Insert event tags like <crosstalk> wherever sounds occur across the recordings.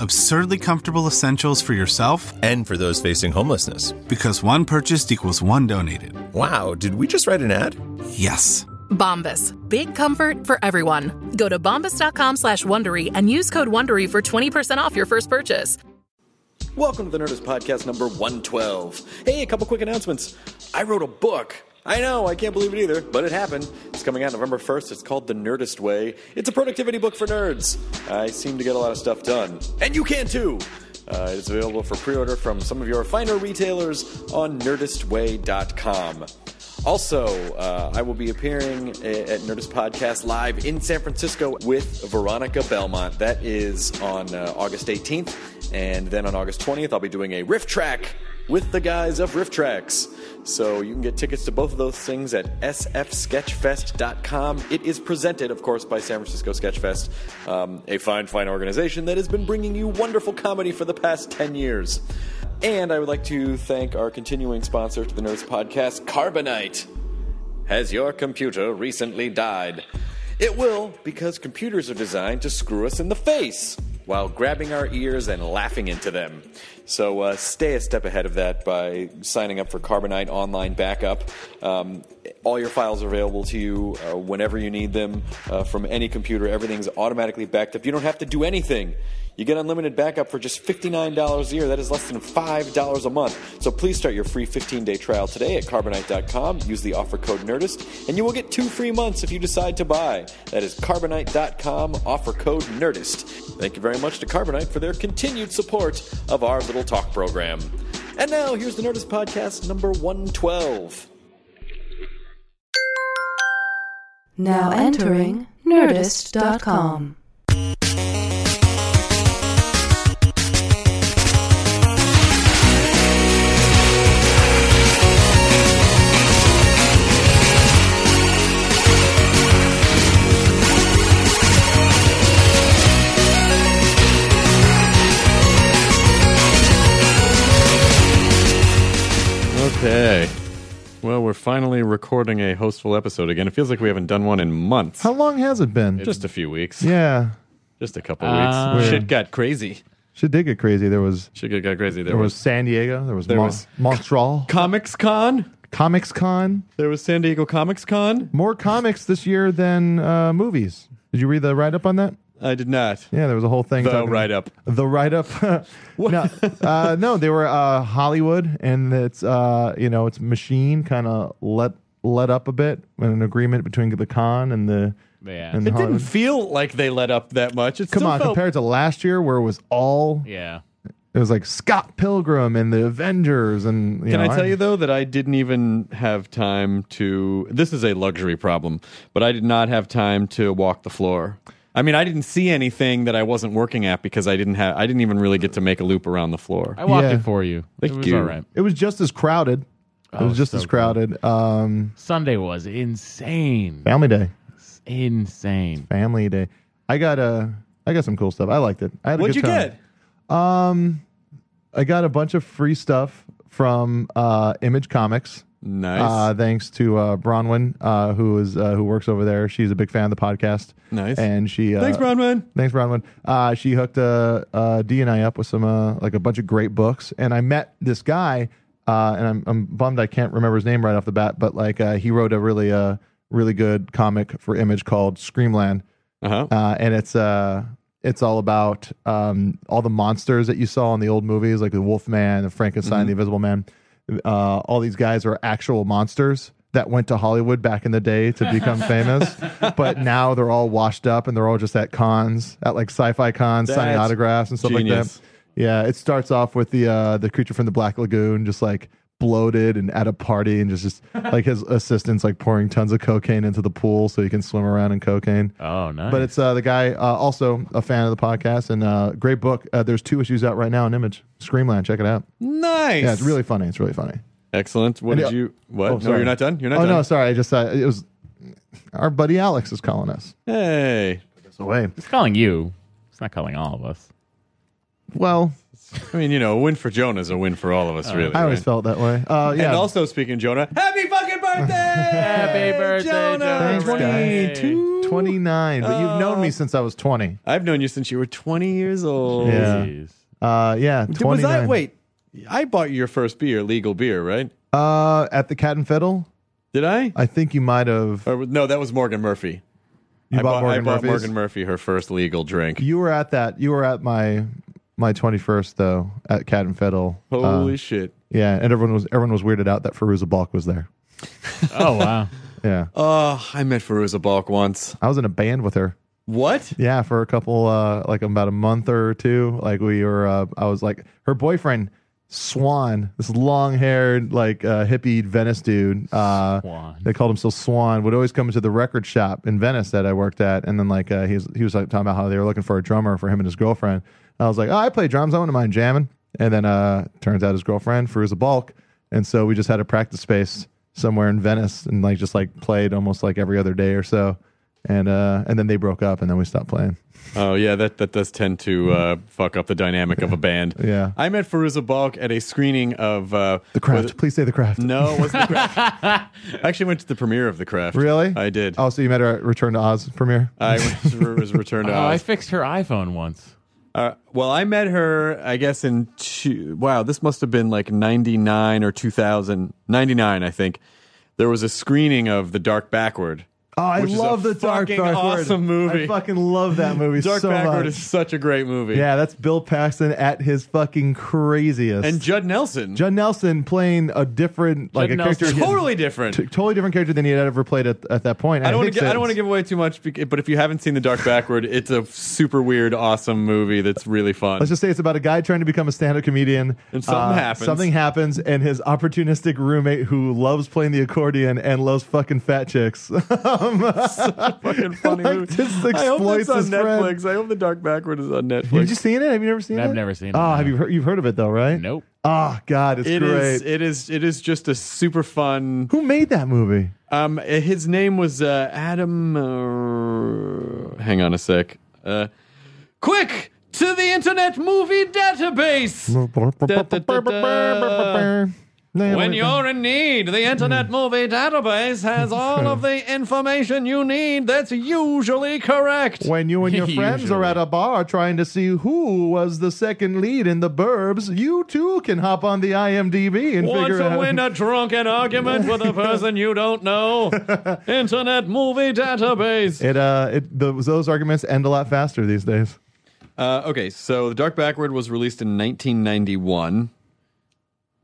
Absurdly comfortable essentials for yourself and for those facing homelessness. Because one purchased equals one donated. Wow, did we just write an ad? Yes. Bombas. Big comfort for everyone. Go to bombas.com slash Wondery and use code WONDERY for 20% off your first purchase. Welcome to the Nerdist Podcast number 112. Hey, a couple quick announcements. I wrote a book. I know, I can't believe it either, but it happened. It's coming out November 1st. It's called The Nerdist Way. It's a productivity book for nerds. I seem to get a lot of stuff done. And you can too! Uh, it's available for pre order from some of your finer retailers on nerdistway.com. Also, uh, I will be appearing a- at Nerdist Podcast Live in San Francisco with Veronica Belmont. That is on uh, August 18th. And then on August 20th, I'll be doing a riff track with the guys of Riff Tracks. So you can get tickets to both of those things at sfsketchfest.com. It is presented, of course, by San Francisco Sketchfest, um, a fine, fine organization that has been bringing you wonderful comedy for the past 10 years. And I would like to thank our continuing sponsor to the Nerds Podcast, Carbonite. Has your computer recently died? It will, because computers are designed to screw us in the face while grabbing our ears and laughing into them. So uh, stay a step ahead of that by signing up for Carbonite Online Backup. Um, all your files are available to you uh, whenever you need them uh, from any computer. Everything's automatically backed up. You don't have to do anything. You get unlimited backup for just $59 a year. That is less than $5 a month. So please start your free 15 day trial today at carbonite.com. Use the offer code NERDIST, and you will get two free months if you decide to buy. That is carbonite.com, offer code NERDIST. Thank you very much to Carbonite for their continued support of our little talk program. And now, here's the Nerdist Podcast number 112. Now entering Nerdist.com. Okay. Well, we're finally recording a hostful episode again. It feels like we haven't done one in months. How long has it been? Just a few weeks. yeah. Just a couple Ah. weeks. Weird. Shit got crazy. Shit did get crazy. There was Shit got crazy. There, there was was, San Diego. There was, There Mon- was- Montreal. Comics Con. Comics Con. There was San Diego Comics Con. More comics this year than uh, movies. Did you read the write up on that? I did not. Yeah, there was a whole thing. The talking- write-up. The write up. <laughs> no, uh, no, they were uh, Hollywood, and it's uh, you know it's machine kind of let let up a bit, and an agreement between the con and the Yeah. and It didn't Hollywood. feel like they let up that much. It Come still on, felt- compared to last year where it was all Yeah. it was like Scott Pilgrim and the Avengers, and you Can know, I tell you though that I didn't even have time to. This is a luxury problem, but I did not have time to walk the floor. I mean, I didn't see anything that I wasn't working at because I didn't have. I didn't even really get to make a loop around the floor. I walked Yeah. it for you. Thank it was you. all right. It was just as crowded. it Oh, was just so as cool. crowded. Um, Sunday was insane. family day, Insane. family day. I got a, I got some cool stuff. I liked it. I had a What'd good you time. get? I got a bunch of free stuff from uh, Image Comics. Nice. Uh, thanks to uh, Bronwyn, uh, who is uh, who works over there. She's a big fan of the podcast. Nice. And she uh, Thanks, Bronwyn. Thanks, Bronwyn. Uh, she hooked uh, uh, D and I up with some uh, like a bunch of great books, and I met this guy, uh, and I'm, I'm bummed I can't remember his name right off the bat, but like uh, he wrote a really uh, really good comic for Image called Screamland, Uh huh. uh, and it's uh it's all about um, all the monsters that you saw in the old movies, like the Wolfman, the Frankenstein, the Invisible Man. Uh, all these guys are actual monsters. that went to Hollywood back in the day to become famous, but now they're all washed up and they're all just at cons, at like sci-fi cons, signing That's autographs and stuff like genius. that. Yeah, it starts off with the uh, the creature from the Black Lagoon, just like bloated and at a party, and just, just <laughs> like his assistants like pouring tons of cocaine into the pool so he can swim around in cocaine. Oh, nice. But it's uh, the guy, uh, also a fan of the podcast, and uh, great book. Uh, there's two issues out right now on Image Screamland. Check it out. Nice. Yeah, it's really funny. It's really funny. excellent. What And did the- you? What? Oh, no, sorry. you're not done. You're not oh done. no, sorry. I just uh, it was our buddy Alex is calling us. Hey. It's away. it's calling you. It's not calling all of us. Well, I mean, you know, a win for Jonah is a win for all of Uh, us, really. I always right? felt that way. Uh, yeah. And also speaking of Jonah, happy <laughs> fucking birthday! happy birthday, Jonah! Oh. Thanks, guys. 22. 29, but you've known me since I was 20. I've known you since you were 20 years old. Yeah. Jeez. Uh, yeah, Did- Oh, Was I 29. wait? I bought you your first beer, legal beer, right? Uh, at the Cat and Fiddle, Did I? I think you might have. Or, no, that was Morgan Murphy. You I bought, I Morgan bought Murphy's. Morgan Murphy her first legal drink. You were at that. You were at my my 21st though at Cat and Fiddle. Uh, Holy shit! yeah, and everyone was everyone was weirded out that Feruza Balk was there. Oh, <laughs> wow. Yeah, Oh, I met Feruza Balk once. I was in a band with her. What? Yeah, for a couple, uh, like about a month or two. Like we were, uh, I was like her boyfriend, Swan, this long-haired, like uh, hippie Venice dude. Uh, Swan. They called him still Swan. Would always come into the record shop in Venice that I worked at, and then like uh, he was he was like talking about how they were looking for a drummer for him and his girlfriend. I was like, oh, I play drums. I wouldn't mind jamming. And then uh, turns out his girlfriend Feruza Balk, and so we just had a practice space somewhere in Venice, and like just like played almost like every other day or so. And uh, and then they broke up, and then we stopped playing. Oh yeah, that that does tend to <laughs> uh, fuck up the dynamic of a <laughs> band. Yeah. I met Feruza Balk at a screening of uh, The was craft. it- Please say the craft. No, it wasn't the <laughs> craft. I actually went to the premiere of the craft. Really? I did. Oh, so you met her at Return to Oz premiere? I went to it was <laughs> Return to Oh, I Oz. fixed her iPhone once. Uh, well, I met her, I guess, in two, wow, this must have been like 99 or 2000, 99, I think. There was a screening of The Dark Backward. oh, I which is a love the dark, fucking dark Word. awesome movie. I fucking love that movie Dark so Backward much. is such a great movie. yeah, that's Bill Paxton at his fucking craziest. And Judd Nelson. Judd Nelson playing a different, like a Nelson. character, totally different. t- totally different character than he had ever played at, at that point. I don't want think to. I since- don't want to give away too much, bec- but if you haven't seen The Dark Backward, it's a super weird, awesome movie that's really fun. <laughs> Let's just say it's about a guy trying to become a stand-up comedian. uh, And something happens. Something happens, and his opportunistic roommate, who loves playing the accordion and loves fucking fat chicks, <laughs> Um, <laughs> fucking funny like, movie. just I hope exploits it's on his friend. Netflix. I hope The Dark Backward is on Netflix. Have you seen it? Have you never seen it? I've never seen it, Oh, no. have you heard, you've heard of it though, right? Nope. Oh God, it's It great. is. It is. It is just a super fun. Who made that movie? Um, his name was uh, Adam. Uh, hang on a sec. Uh, quick to the Internet Movie Database. da. When you're in need, the Hmm. Internet Movie Database <laughs> has all of the information you need. That's usually correct. when <laughs> you and your friends are Usually. at a bar trying to see who was the second lead in the Burbs, you too can hop on the IMDb and Want figure to out. win a drunken argument with a person you don't know? Internet Movie Database. <laughs> it uh, it those, those arguments end a lot faster these days. Uh, okay, so The Dark Backward was released in 1991,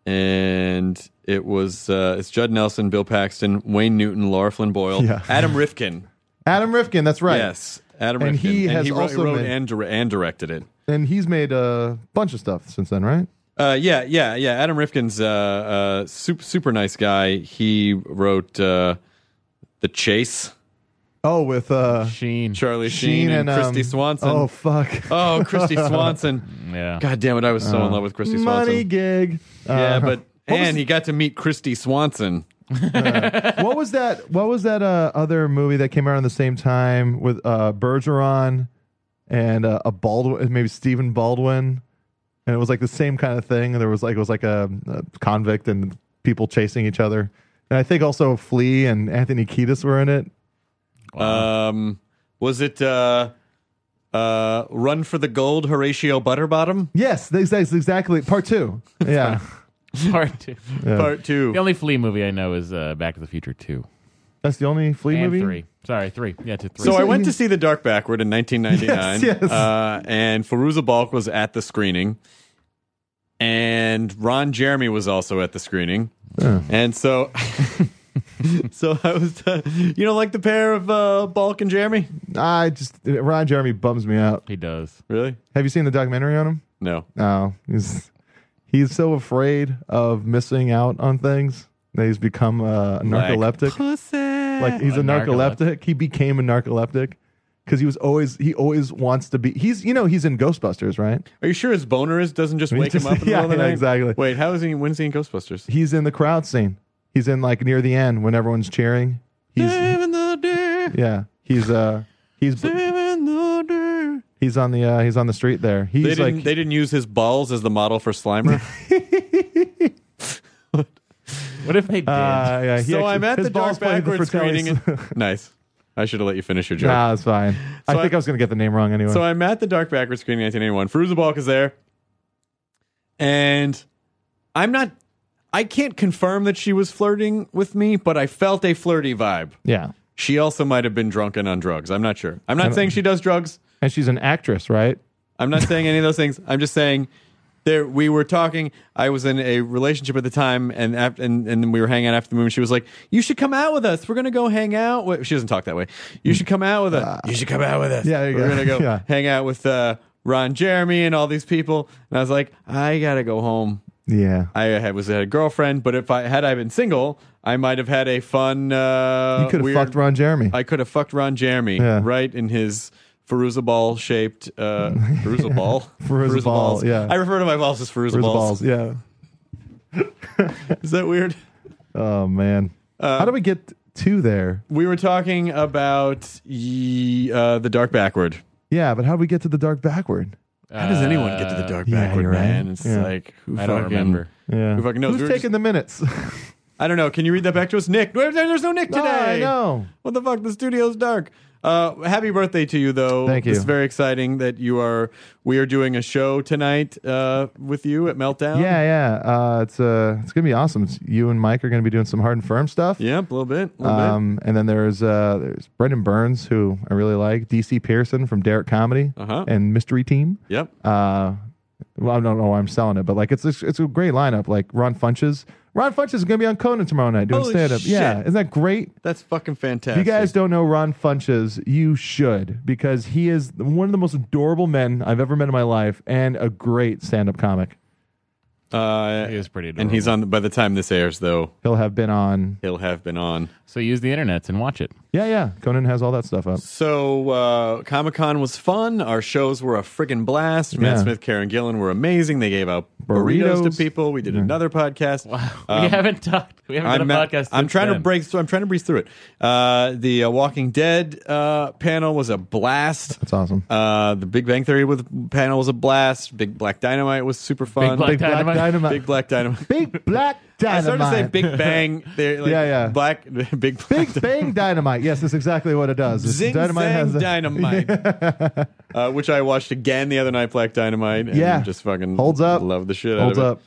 and it was uh, it's Judd Nelson, Bill Paxton, Wayne Newton, Laura Flynn Boyle, Yeah. Adam Rifkin. Adam Rifkin, that's right. Yes, Adam And Rifkin, he and has he wrote, also wrote been- and, dir- and directed it. and he's made a bunch of stuff since then, right? Uh, yeah, yeah, yeah. Adam Rifkin's uh, uh, super super nice guy. He wrote uh, The Chase, Oh, with uh, Sheen. Charlie Sheen, and, um, Christy Swanson. Oh fuck, Oh, <laughs> <laughs> Christy Swanson. Yeah. <laughs> God damn it, I was so in love with Christy Swanson. money gig. Yeah, Uh, <laughs> but and he got to meet Christy Swanson. what was that? What was that uh, other movie that came out around the same time with uh, Bergeron and uh, a Baldwin, maybe Stephen Baldwin, and it was like the same kind of thing. There was like it was like a, a convict and people chasing each other, and I think also Flea and Anthony Kiedis were in it. Um, was it uh, uh, Run for the Gold, Horatio Butterbottom, Yes, that's, that's exactly part two. Yeah, Part two. Part Two? The only Flea movie I know is uh, Back to the Future 2. that's the only Flea and movie. 3. Sorry, 3. Yeah, to 3. So I went to see The Dark Backward in 1999, <laughs> Yes, yes. Uh, and Feruza Balk was at the screening, and Ron Jeremy was also at the screening, and so <laughs> so I was, uh, you know, like the pair of uh, Balk and Jeremy. I just Ron Jeremy bums me out. He does. Really? Have you seen the documentary on him? No. No, he's he's so afraid of missing out on things that he's become a narcoleptic. Like he's a, A narcoleptic. narcoleptic. He became a narcoleptic because he was always he always wants to be. He's you know he's in Ghostbusters, right? Are you sure his boner is doesn't <laughs> just We wake just- him up? In the yeah, middle of the yeah, night? exactly. Wait, how is he? When's he in Ghostbusters? He's in the crowd scene. He's in like near the end when everyone's cheering. He's Saving the day, yeah. He's uh he's saving the day. he's on the uh, he's on the street there. They He's didn't. like they didn't use his balls as the model for <laughs> Slimer. What if they did? uh, yeah, he so actually- I'm at his the door balls played the backwards screening. Fratellis. it. <laughs> nice. I should have let you finish your joke. <laughs> Nah, it's fine. I So think I, I- was gonna get the name wrong anyway. So I'm at the Dark Backwards Screening 1981. Firuza Balk is there. And I'm not, I can't confirm that she was flirting with me, but I felt a flirty vibe. yeah, She also might have been drunk and on drugs. I'm not sure. I'm not saying she does drugs. and she's an actress, right? I'm not saying any of those things. I'm just saying there we were talking. I was in a relationship at the time, and after, and and we were hanging out after the movie. She was like, "You should come out with us. We're gonna go hang out." With, she doesn't talk that way. You should come out with us. you should come out with us. Yeah, there you we're go. gonna go Yeah. <laughs> hang out with uh, Ron Jeremy and all these people. And I was like, I gotta go home. Yeah. I had was had a girlfriend, but if I had I been single, I might have had a fun. Uh, you could have weird- fucked Ron Jeremy. I could have fucked Ron Jeremy Yeah. right in his Feruza ball shaped <laughs> uh, Feruza ball. Feruza ball, balls. yeah. I refer to my balls as Feruza, Where's the balls. balls? Yeah. Is that weird? Oh man. Uh, How do we get to there? We were talking about ye, uh, the dark backward. Yeah, but how do we get to the dark backward? How does anyone get to the dark yeah, backward, you're right. man? It's Yeah. like who I don't fucking, remember. Yeah. Who fucking knows? Who's We were taking just- the minutes? <laughs> I don't know. Can you read that back to us, Nick? There- There's no Nick today. No, Oh, I know. What the fuck? The studio's dark. Uh, happy birthday to you, though. Thank you. It's very exciting that you are. We are doing a show tonight uh, with you at Meltdown. yeah, yeah. Uh, it's uh, it's gonna be awesome. It's, you and Mike are gonna be doing some hard and firm stuff. Yep, a little bit. A little bit. Um, and then there's uh, there's Brendan Burns who I really like, DC Pearson from Derek Comedy Uh-huh. and Mystery Team. Yep. uh well, I don't know why I'm selling it, but like it's it's, it's a great lineup. Like Ron Funches, Ron Funches is gonna be on Conan tomorrow night doing Holy stand up. Yeah, shit. isn't that great? That's fucking If you fantastic. guys don't know Ron Funches, you should because he is one of the most adorable men I've ever met in my life and a great stand up comic. uh, He was pretty adorable. and he's on. By the time this airs, though, He'll have been on. he'll have been on. So use the internet and watch it. Yeah, yeah. Conan has all that stuff up. So uh, Comic Con was fun. Our shows were a friggin' blast. Matt Yeah. Smith, Karen Gillan were amazing. They gave out burritos, Burritos. to people. We did another <laughs> podcast. we Um, haven't talked. We haven't done a at- podcast. I'm since trying to then. break through. I'm trying to breeze through it. Uh, the uh, Walking Dead uh, panel was a blast. That's awesome. Uh, the Big Bang Theory with panel was a blast. Big Black Dynamite was super fun. Black Dynamite. Big Black Dynamite. Big black <laughs> I dynamite. started to say Big <laughs> Bang. There, like, Yeah, yeah. Black <laughs> Big Black <laughs> Big bang dynamite. Yes, that's exactly what it does. It's Zing Zang has <laughs> a- Dynamite, uh, which I watched again the other night. Black Dynamite. And Yeah. just fucking Holds up. Love the shit Holds out of up. it.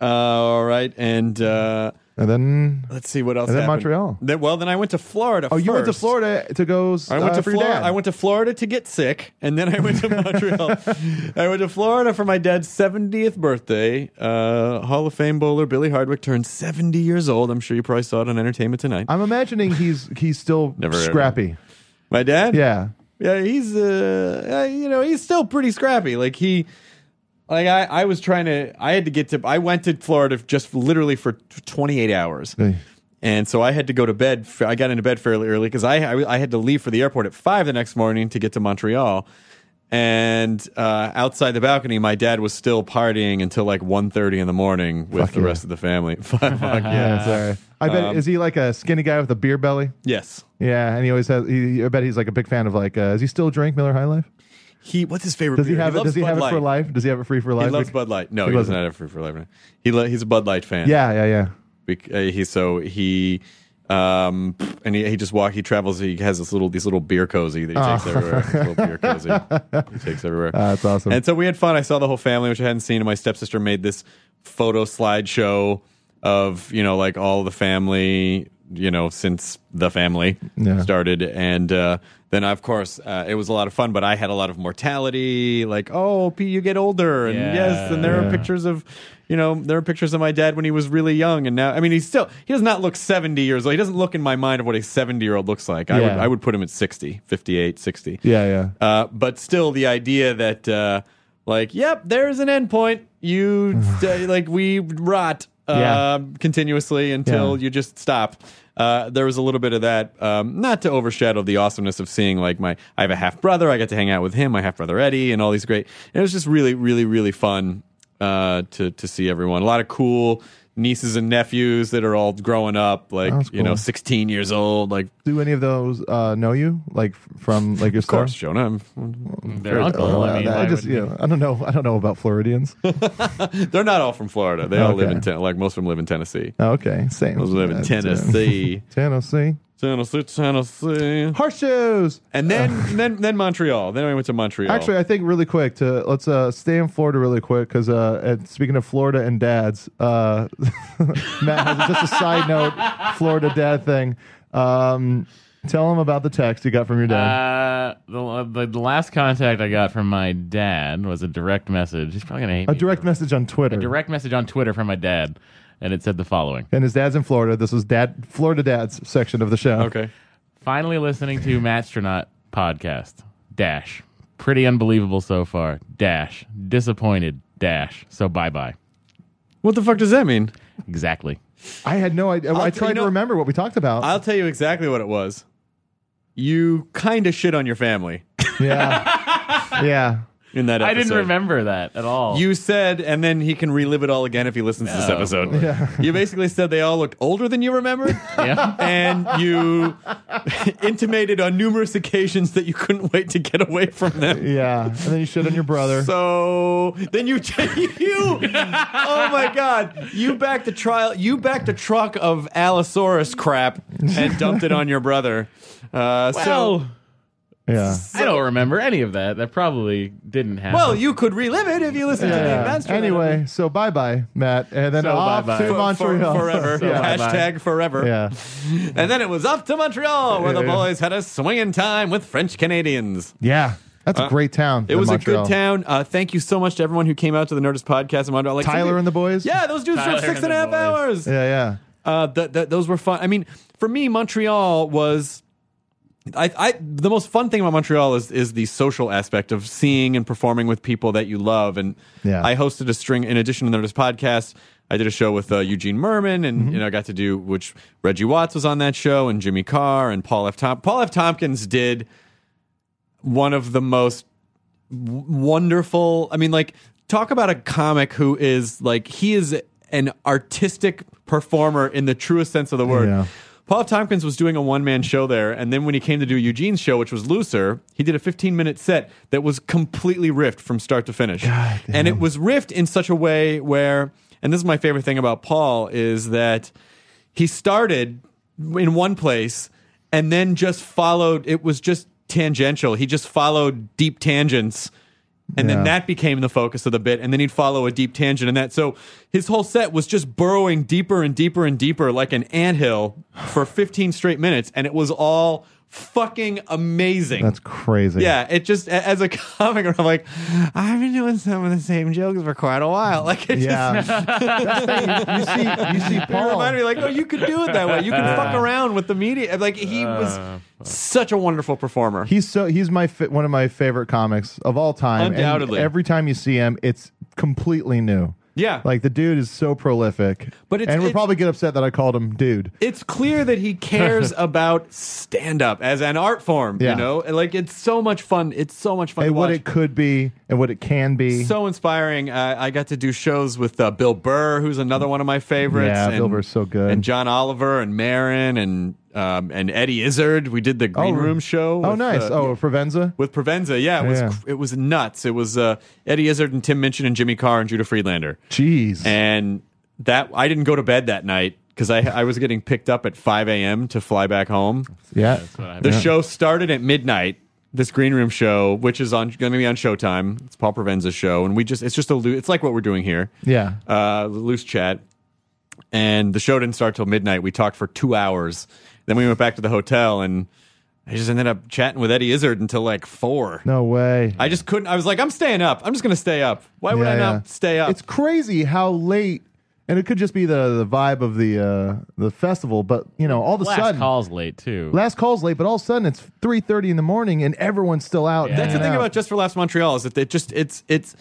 Uh, all right, and uh, And then let's see what else. And then happened. Montreal. Then- well, then I went to Florida. Oh, you went to first. Florida to go. I went uh, to for your Florida. dad. I went to Florida to get sick, and then I went to Montreal. <laughs> I went to Florida for my dad's 70th birthday. Uh, Hall of Fame bowler Billy Hardwick turned 70 years old. I'm sure you probably saw it on Entertainment Tonight. I'm imagining he's he's still Never heard of scrappy. my dad, Yeah, yeah, he's uh, uh, you know, he's still pretty scrappy. Like he, like I, I was trying to, I had to get to, I went to Florida just literally for 28 hours. Hey. And so I had to go to bed. f- I got into bed fairly early because I, I I had to leave for the airport at five the next morning to get to Montreal. And uh, outside the balcony, my dad was still partying until like 1.30 in the morning with Fuck the yeah. rest of the family. <laughs> Fuck yeah. yeah. Sorry, I bet um, is he like a skinny guy with a beer belly? Yes. Yeah, and he always has. He, I bet he's like a big fan of like. Uh, does he still drink Miller High Life? He what's his favorite? Does he beer? have it? loves Does he Bud have it for Light. life? Does he have it free for life? He loves Bec- Bud Light. No, He he, does doesn't. not have it free for life. He lo- he's a Bud Light fan. Yeah, yeah, yeah. Bec- uh, he so he um and he, he just walk he travels he has this little these little beer cozy that he takes everywhere This little beer cozy <laughs> he takes everywhere Ah, Oh. that's awesome. and so we had fun i saw the whole family which i hadn't seen and my stepsister made this photo slideshow of you know like all the family you know since the family Yeah. started, and uh, then of course uh, it was a lot of fun. But I had a lot of mortality, like oh, P, you get older, and yes, and there Yeah. are pictures of. You know, there are pictures of my dad when he was really young, and now I mean, he's still he does not look 70 years old. He doesn't look in my mind of what a 70 year old looks like. I would Yeah. I would put him at 60, 58, 60. Yeah, yeah. Uh, but still, the idea that, uh, like, yep, there's an endpoint. <sighs> You, d- like, we rot uh, Yeah. continuously until Yeah. you just stop. Uh, there was a little bit of that, um, not to overshadow the awesomeness of seeing, like, my, I have a half brother. I got to hang out with him, my half brother Eddie, and all these great. It was just really, really, really fun uh, to to see everyone. A lot of cool nieces and nephews that are all growing up, like, That's you know, cool. 16 years old, like, Do any of those uh, know you? Like f- from like your Uh, of course, Jonah, I'm Their uncle. I mean, why Oh, I just would- you know, I don't know I don't know about Floridians. They're not all from Florida. They all live Okay. in ten- like most of them live in Tennessee. Oh, okay, same. Most live in That's, <laughs> uh, Tennessee, Tennessee. Tennessee, Tennessee, Horseshoes. and then then then Montreal. Then I went to Montreal. Actually, I think really quick to let's uh, stay in Florida really quick because uh, and speaking of Florida and dads, uh, <laughs> Matt has just a side note Florida dad thing. Um, tell him about the text you got from your dad. Uh, the, the, the last contact I got from my dad was a direct message. He's probably Uh, gonna hate a me. direct message on Twitter. A direct message on Twitter from my dad, and it said the following: and his dad's in Florida. This was dad Florida dad's section of the show. okay. Finally listening <laughs> to Matstronaut podcast. Dash, pretty unbelievable so far. Dash, disappointed. Dash, so bye bye. What the fuck does that mean? Exactly. I had no idea. I you tried know- to remember what we talked about. I'll tell you exactly what it was. You kind of shit on your family yeah, yeah. in that. episode. I didn't remember that at all. You said, and then he can relive it all again if he listens to this Oh, <laughs> episode. You basically said they all looked older than you <laughs> remembered, <laughs> Yeah. and you <laughs> intimated on numerous occasions that you couldn't wait to get away from them. Yeah, and then you shit on your brother. <laughs> So then you, <laughs> you, oh my God, you backed the trial, you backed the truck of Allosaurus crap and dumped it on your brother. Uh, so, Well, yeah, I don't remember any of that. That probably didn't happen. well, you could relive it if you listen to the yeah. Ambassador. Anyway, so bye bye, Matt, and then So off bye-bye. to For- for- Montreal forever. <laughs> yeah. bye-bye. Hashtag forever. yeah, And then it was up to Montreal where the Yeah. boys had a swinging time with French Canadians. yeah. That's a great town. It was a Montreal. good town. Uh, thank you so much to everyone who came out to the Nerdist podcast in Montreal. Like Tyler somebody- and the boys. Yeah, those dudes Tyler for six and and a half the hours. yeah, yeah. Uh, th- th- those were fun. I mean, for me, Montreal was. I, I the most fun thing about Montreal is is the social aspect of seeing and performing with people that you love. And Yeah. I hosted a string in addition to this podcast. I did a show with uh, Eugene Merman, and you know I got to do which Reggie Watts was on that show, and Jimmy Carr, and Paul F. Tom- Paul F. Tompkins did one of the most wonderful. I mean, like, talk about a comic who is like he is an artistic performer in the truest sense of the word. Yeah. Paul F. Tompkins was doing a one man show there, and then when he came to do Eugene's show, which was looser, he did a 15 minute set that was completely riffed from start to finish. And it was riffed in such a way where, and this is my favorite thing about Paul, is that he started in one place and then just followed it was just tangential he just followed deep tangents and Yeah. then that became the focus of the bit and then he'd follow a deep tangent and that so his whole set was just burrowing deeper and deeper and deeper like an anthill for 15 straight minutes and it was all fucking amazing That's crazy. yeah, it just a- as a <laughs> comic, I'm like, I've been doing some of the same jokes for quite a while. <laughs> Like, it just, Yeah. That's the thing. You, you see, you see It Paul. reminded me like, oh, you could do it that way. You can <laughs> fuck around with the media. Like he Uh, was such a wonderful performer. He's so he's my fa- one of my favorite comics of all time. and Undoubtedly. every time you see him, it's completely new. Yeah. like the dude is so prolific. But it's- and we'll it's- probably get upset that I called him dude. it's clear that he cares <laughs> about stand up as an art form. Yeah. You know, And, like it's so much fun. It's so much fun. and to what watch. it could be, and what it can be. so inspiring. Uh, I got to do shows with uh, Bill Burr, who's another one of my favorites. Yeah, and, Bill Burr's so good. And John Oliver and Marin and um, and Eddie Izzard. We did the Green Room show. Oh, with, nice. uh, oh, Provenza. with Provenza. Yeah, it was Yeah. it was nuts. It was uh, Eddie Izzard and Tim Minchin and Jimmy Carr and Judah Friedlander. Jeez. And that I didn't go to bed that night because I I was getting picked up at 5 a.m. to fly back home. yeah. The show started at midnight. This green room show, which is on going to be on Showtime, it's Paul Provenza's show, and we just it's just a loo- it's like what we're doing here, Yeah. uh, loose chat. and the show didn't start till midnight. We talked for two hours. Then we went back to the hotel, and I just ended up chatting with Eddie Izzard until like four. No way. I just couldn't. I was like, I'm staying up. I'm just going to stay up. Why would Yeah, I yeah. not stay up? It's crazy how late, and it could just be the the vibe of the uh, the festival. But you know, all of a Last sudden, call's late too. last call's late, but all of a sudden it's three thirty in the morning, and everyone's still out. That's the hanging thing out. about Just for Laughs Montreal is that it just it's it's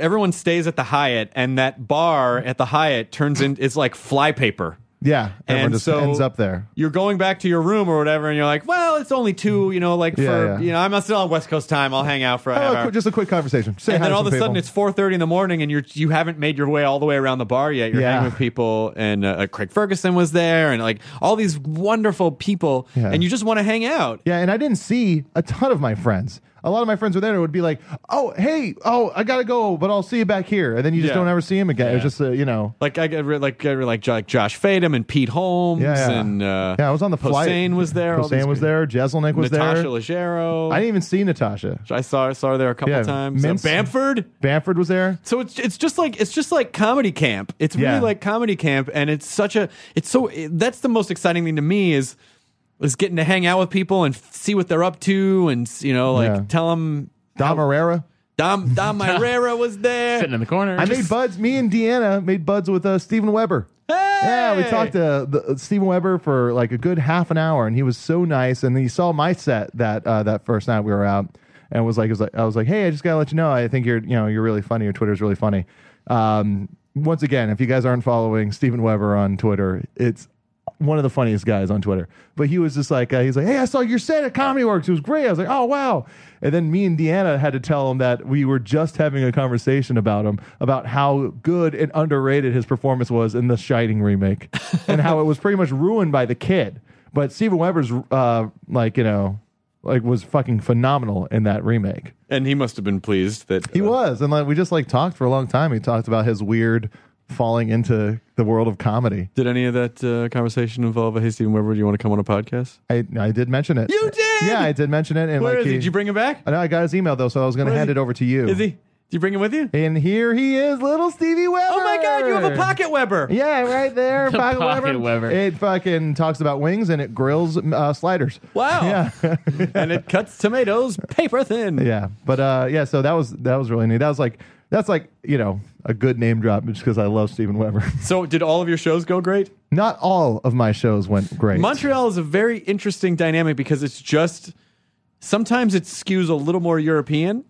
everyone stays at the Hyatt, and that bar at the Hyatt turns in. It's like flypaper. yeah. Everyone and just so ends up there. You're going back to your room or whatever, and you're like, "Well, it's only two, you know, like Yeah, for yeah. you know, I'm still on West Coast time. I'll hang out for Oh, an a hour." quick- just a quick conversation. Say and hi then to all of some a sudden, people. it's four thirty in the morning, and you're you haven't made your way all the way around the bar yet. You're Yeah. hanging with people, and uh, Craig Ferguson was there, and like all these wonderful people, Yeah. and you just want to hang out. Yeah, and I didn't see a ton of my friends. A lot of my friends were there. and It would be like, oh, hey, oh, I gotta go, but I'll see you back here, and then you just Yeah. don't ever see him again. It was just, uh, you know, Like I got re- like I re- like Jo- like Josh Fadem and Pete Holmes yeah, yeah. and uh, yeah, I was on the flight. Hossein was there. all these Hossein was people. there. Jeselnik was Natasha there. Leggero. I didn't even see Natasha. I saw saw her there a couple Yeah, times. Mintz. Uh, Bamford. Bamford was there. So it's it's just like it's just like comedy camp. It's Yeah. really like comedy camp, and it's such a it's so it- that's the most exciting thing to me is is getting to hang out with people and f- see what they're up to, and s- you know like Yeah. tell them Dom Herrera. Dom <laughs> Dom Herrera was there. Sitting in the corner. I made buds. Me and Deanna made buds with uh, Steven Weber. Yeah, we Hey! talked to the, uh, Steven Weber for like a good half an hour, and he was so nice. And he saw my set that uh, that first night we were out, and was like, was like, I was like, hey, I just gotta let you know, I think you're, you know, you're really funny. Your Twitter's really funny. Um, once again, if you guys aren't following Steven Weber on Twitter, it's one of the funniest guys on Twitter. But he was just like, uh, he's like, hey, I saw your set at Comedy Works. It was great. I was like, oh, wow. And then me and Deanna had to tell him that we were just having a conversation about him, about how good and underrated his performance was in the Shining remake and how it was pretty much ruined by the kid. But Steven Weber's, uh, like, you know, like was fucking phenomenal in that remake. and he must have been pleased that He uh, was. And like, we just like talked for a long time. He talked about his weird falling into the world of comedy. Did any of that uh, conversation involve a hey Stephen Weber? Do you want to come on a podcast? I, I did mention it. You did? Yeah, I did mention it. And Where like is he? he- Did you bring him back? I know I got his email though, so I was going to Where is hand he? it over to you. Is he? Did you bring him with you? And here he is, little Stevie Weber. Oh my God! You have a pocket Weber. Yeah, right <laughs> there, The pocket, pocket Weber. Weber. It fucking talks about wings and it grills uh, sliders. Wow. Yeah, <laughs> and it cuts tomatoes paper thin. yeah. But uh, yeah, so that was that was really neat. That was like that's like you know a good name drop just because I love Steven Weber. <laughs> So, did all of your shows go great? Not all of my shows went great. Montreal is a very interesting dynamic because it's just sometimes it skews a little more European.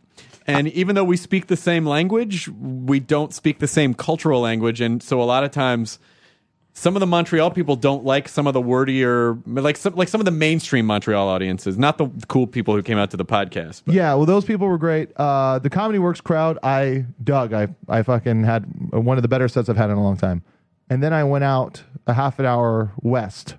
And even though we speak the same language, we don't speak the same cultural language. And so a lot of times, some of the Montreal people don't like some of the wordier, like some, like some of the mainstream Montreal audiences, not the cool people who came out to the podcast. But Yeah, well, those people were great. Uh, the Comedy Works crowd, I dug. I, I fucking had one of the better sets I've had in a long time. And then I went out a half an hour west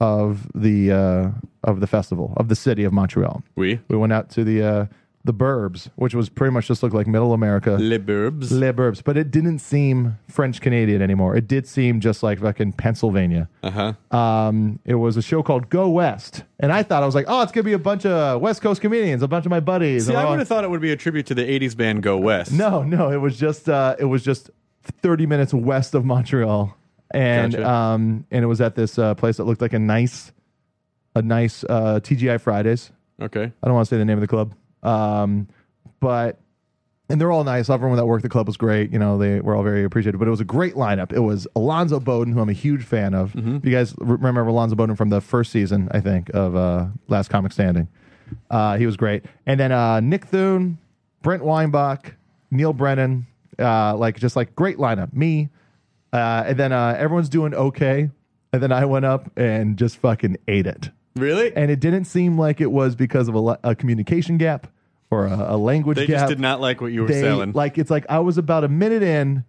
of the uh, of the festival of the city of Montreal. we, We went out to the uh, the Burbs, which was pretty much just looked like Middle America. Les Burbs. Les Burbs, but it didn't seem French Canadian anymore. It did seem just like fucking Pennsylvania. Uh Uh-huh. huh. Um, it was a show called Go West, and I thought I was like, oh, it's gonna be a bunch of West Coast comedians, a bunch of my buddies. See, And I all- would have thought it would be a tribute to the 80s band Go West. no, no, it was just uh, it was just thirty minutes west of Montreal, and Gotcha. um, and it was at this uh, place that looked like a nice, a nice uh, TGI Fridays. Okay. I don't want to say the name of the club. Um, but and they're all nice. Everyone that worked the club was great. You know, they were all very appreciative. But it was a great lineup. It was Alonzo Bowden, who I'm a huge fan of. You guys re- remember Alonzo Bowden from the first season, I think, of uh, Last Comic Standing. Uh, he was great. And then uh, Nick Thune, Brent Weinbach, Neil Brennan, uh, like just like great lineup. Me, uh, and then uh, everyone's doing okay. And then I went up and just fucking ate it Really? and it didn't seem like it was because of a, la- a communication gap or a, a language They gap. just did not like what you were They- selling. Like it's like I was about a minute in,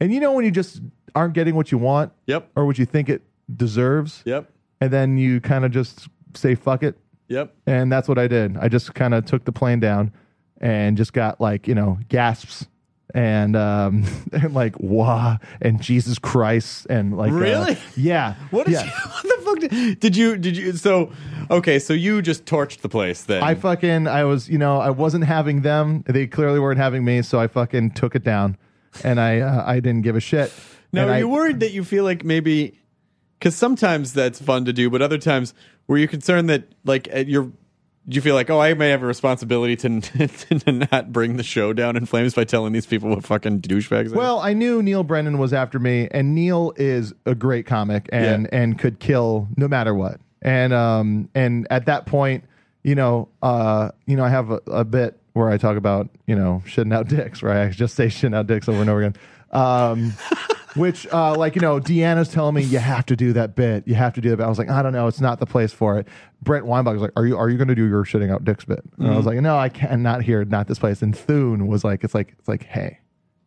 and you know when you just aren't getting what you want, Yep. or what you think it deserves, Yep. and then you kind of just say fuck it, Yep. and that's what I did. I just kind of took the plane down and just got like you know gasps. And um <laughs> and like wah and Jesus Christ and like uh, Really? yeah What did yeah. you? <laughs> What the fuck did, did you? Did you? So okay, so you just torched the place then. I fucking I was you know I wasn't having them. They clearly weren't having me, so I fucking took it down, and I uh, I didn't give a shit. Now, And are I- you worried that you feel like maybe because sometimes that's fun to do, but other times were you concerned that like at your do you feel like oh I may have a responsibility to, <laughs> to not bring the show down in flames by telling these people what fucking douchebags? I am? Well, I knew Neil Brennan was after me, and Neil is a great comic and Yeah. and could kill no matter what. And um and at that point, you know, uh, you know, I have a, a bit where I talk about you know shitting out dicks, right? I just say shitting out dicks over and over again. Um, <laughs> which uh, like you know, Deanna's telling me you have to do that bit, you have to do that. Bit. I was like, I don't know, it's not the place for it. Brent Weinbach was like, Are you are you going to do your shitting out dicks bit? And I was like, No, I can't. Not here, not this place. And Thune was like, It's like it's like, hey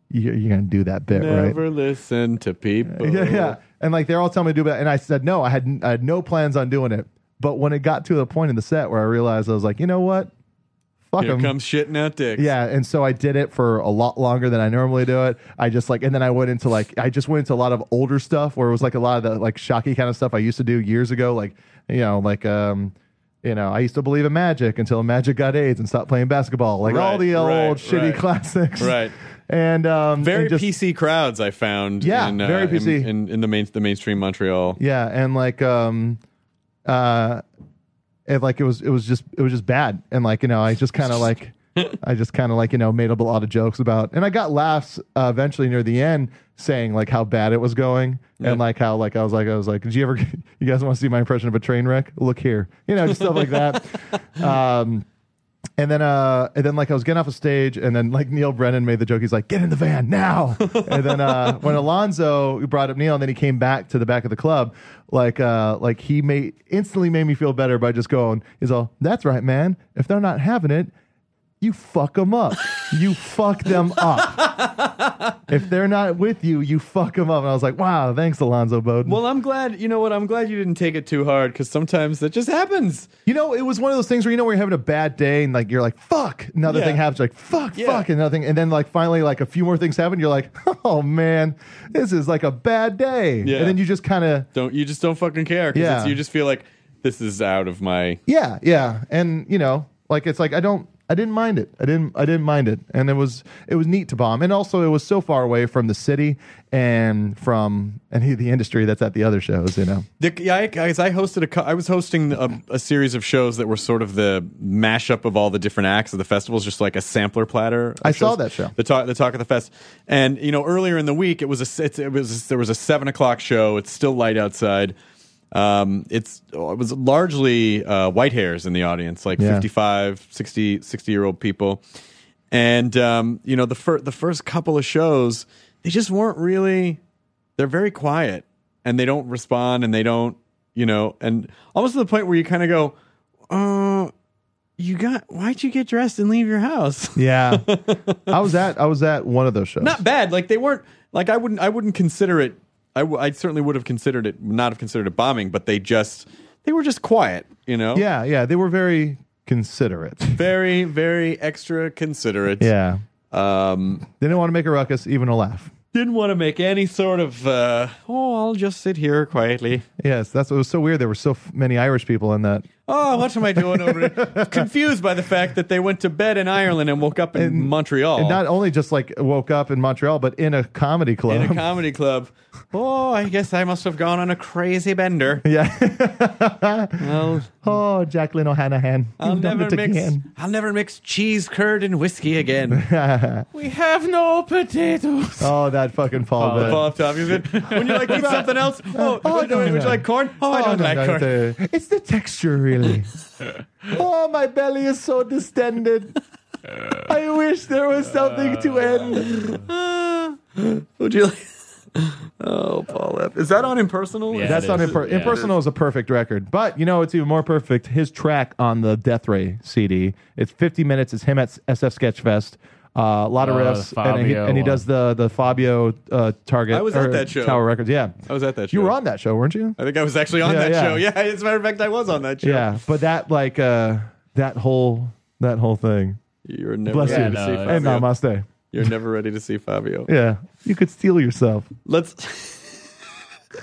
you're, you're gonna do that bit, never right? listen to people. <laughs> Yeah, yeah. And like they're all telling me to do that, and I said no. I had I had no plans on doing it. But when it got to the point in the set where I realized I was like, you know what, fuck Here 'em. comes shitting out dicks. Um, Yeah, and so I did it for a lot longer than I normally do it. I just like, and then I went into like, I just went into a lot of older stuff where it was like a lot of the like shocky kind of stuff I used to do years ago, like you know, like um, you know, I used to believe in magic until magic got AIDS and stopped playing basketball, like all Right, the old right, shitty right. <laughs> classics, Right. And um, Very and just- PC crowds, I found. Yeah, in, uh, very PC. in, in, in the main the mainstream Montreal. Yeah, and like um uh it like it was it was just it was just bad. And like, you know, I just kinda like I just kinda like, you know, made up a lot of jokes about and I got laughs uh, eventually near the end saying like how bad it was going and like how like I was like I was like, Did you ever <laughs> you guys want to see my impression of a train wreck? Look here. You know, just stuff like that. <laughs> Um and then, uh, and then, like I was getting off of stage, and then like Neil Brennan made the joke. He's like, "Get in the van now!" and then uh, when Alonzo brought up Neil, and then he came back to the back of the club, like, uh, like he made instantly made me feel better by just going, "He's all, that's right, man. If they're not having it, you fuck them up. You fuck them up. if they're not with you, you fuck them up." And I was like, "Wow, thanks, Alonzo Bowden." Well, I'm glad. You know what? I'm glad you didn't take it too hard because sometimes that just happens. You know, it was one of those things where you know where you're having a bad day and like you're like, fuck, another Yeah. thing happens, like fuck, Yeah. fuck, another thing, and then like finally like a few more things happen, you're like, <laughs> oh man, this is like a bad day, Yeah. and then you just kind of Don't you just don't fucking care? 'cause Yeah. it's- you just feel like this is out of my. yeah, yeah, and you know, like it's like I don't, I didn't mind it, I didn't, I didn't mind it, and it was it was neat to bomb, and also it was so far away from the city and from and the industry that's at the other shows, you know. The, yeah, I, guys, I hosted a. co- I was hosting a, a series of shows that were sort of the mashup of all the different acts of the festivals, just like a sampler platter. of I saw shows. that show. The talk, the talk of the fest, and you know, earlier in the week, it was a. s- It's, it was there was a seven o'clock show. It's still light outside. Um, it's oh, it was largely uh, white hairs in the audience, like Yeah. 55, 60, 60 year old people, and um, you know, the fir- the first couple of shows, they just weren't really they're very quiet and they don't respond and they don't you know and almost to the point where you kind of go uh you got why'd you get dressed and leave your house <laughs> Yeah, <laughs> I was at I was at one of those shows. not bad like they weren't like i wouldn't i wouldn't consider it I w- I certainly would have considered it not have considered it bombing but they just they were just quiet you know yeah, yeah, they were very considerate. very very extra considerate Yeah. um They didn't want to make a ruckus, even a laugh. didn't want to make any sort of uh oh i'll just sit here quietly Yes, that's what was so weird. There were so f- many Irish people in that. Oh, what am I doing over here? <laughs> Confused by the fact that they went to bed in Ireland and woke up in Montreal And not only just like woke up in Montreal, but in a comedy club. in <laughs> a comedy club. Oh, I guess I must have gone on a crazy <laughs> bender. yeah. I'll, oh, Jacqueline O'Hanahan. I'll You've done never it mix. again. I'll never mix cheese curd and whiskey again. we have no potatoes. Oh, that fucking Paul. The Rudd. Bob Top. you said, When you like eat something else, oh, I would, you- don't would you know. like corn? Oh, I don't no, like no, corn. the- it's the texture, <laughs> really. oh, my belly is so distended. I wish there was something to end. Would you like? Oh, Paul F. Is that on impersonal? Yeah. That's it not is. imper- Yeah. impersonal is a perfect record, but you know it's even more perfect. His track on the Death Ray CD, it's 50 minutes. It's him at SF Sketchfest. Uh, a lot of Oh, riffs, the and he, Fabio and he one. does the the Fabio uh, Target. I was at or that show. Tower Records. Yeah, I was at that show. you were on that show, weren't you? I think I was actually on Yeah, that yeah. show. <laughs> Yeah, as a matter of fact, I was on that show. Yeah, but that like uh, that whole that whole thing. You're never Bless ready you. to Yeah, see no, Fabio. And Namaste. You're never ready to see Fabio. Yeah, you could steal yourself. Let's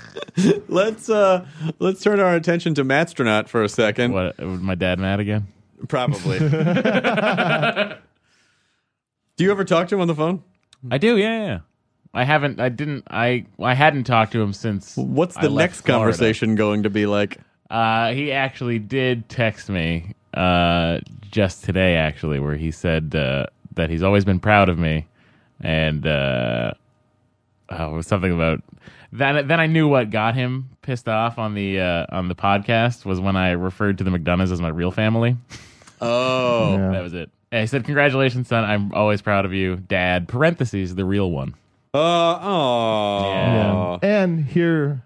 <laughs> let's uh let's turn our attention to Matstronaut for a second. uh, What? Was my dad mad again? Probably. Do you ever talk to him on the phone? Mm. I do. Yeah. yeah, I haven't. I didn't. I I hadn't talked to him since. What's I the left next Florida. conversation going to be like? Uh, he actually did text me uh, just today, actually, where he said uh, that he's always been proud of me, and uh, oh, it was something about then. Then I knew what got him pissed off on the uh, on the podcast was when I referred to the McDonoughs as my real family. Oh, Yeah. That was it. And he said, "Congratulations, son! I'm always proud of you, Dad." Parentheses, the real one. uh, oh, Yeah. And here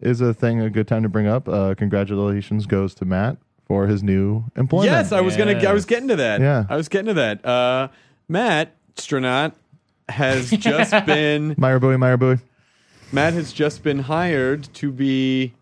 is a thing, a good time to bring up. Uh, congratulations goes to Matt for his new employment. Yes, I was gonna. I was getting to that. Yeah. I was getting to that. Uh, Matt Stranot <laughs> has just been. Meyer Bowie, Meyer Bowie. Matt has just been hired to be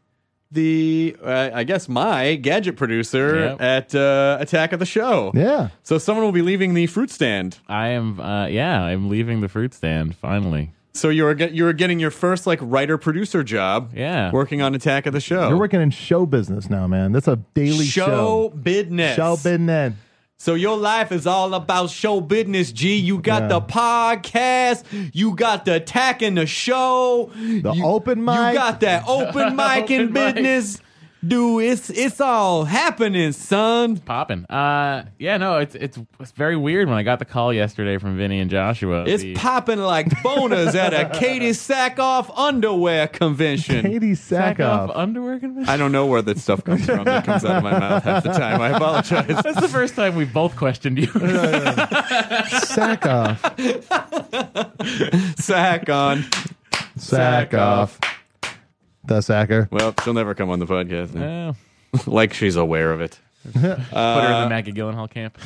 the, uh, I guess, my gadget producer Yep. at uh, Attack of the Show. Yeah. So someone will be leaving the fruit stand. I am. Uh, yeah, I'm leaving the fruit stand finally. So you're get, you're getting your first like writer producer job. Yeah. working on Attack of the Show. You're working in show business now, man. That's a daily show show. business. Show business. So your life is all about show business, G. You got Yeah. the podcast, you got the attack and the show, the open You mic. got that open mic and Open mic. business. Dude, it's it's all happening, son. popping. Uh, yeah, no, it's it's it's very weird when I got the call yesterday from Vinny and Joshua. It's The- popping like boners at <laughs> a Katie Sackoff underwear <laughs> convention. Katie Back off Sackoff. underwear convention. I don't know where that stuff comes from. That comes out of my mouth half the time. I apologize. <laughs> That's the first time we've both questioned you. <laughs> Sackoff. Sack on. Sackoff. The sacker. Well, she'll never come on the podcast. now. Yeah. like she's aware of it. Put her in Uh, the Maggie Gyllenhaal camp.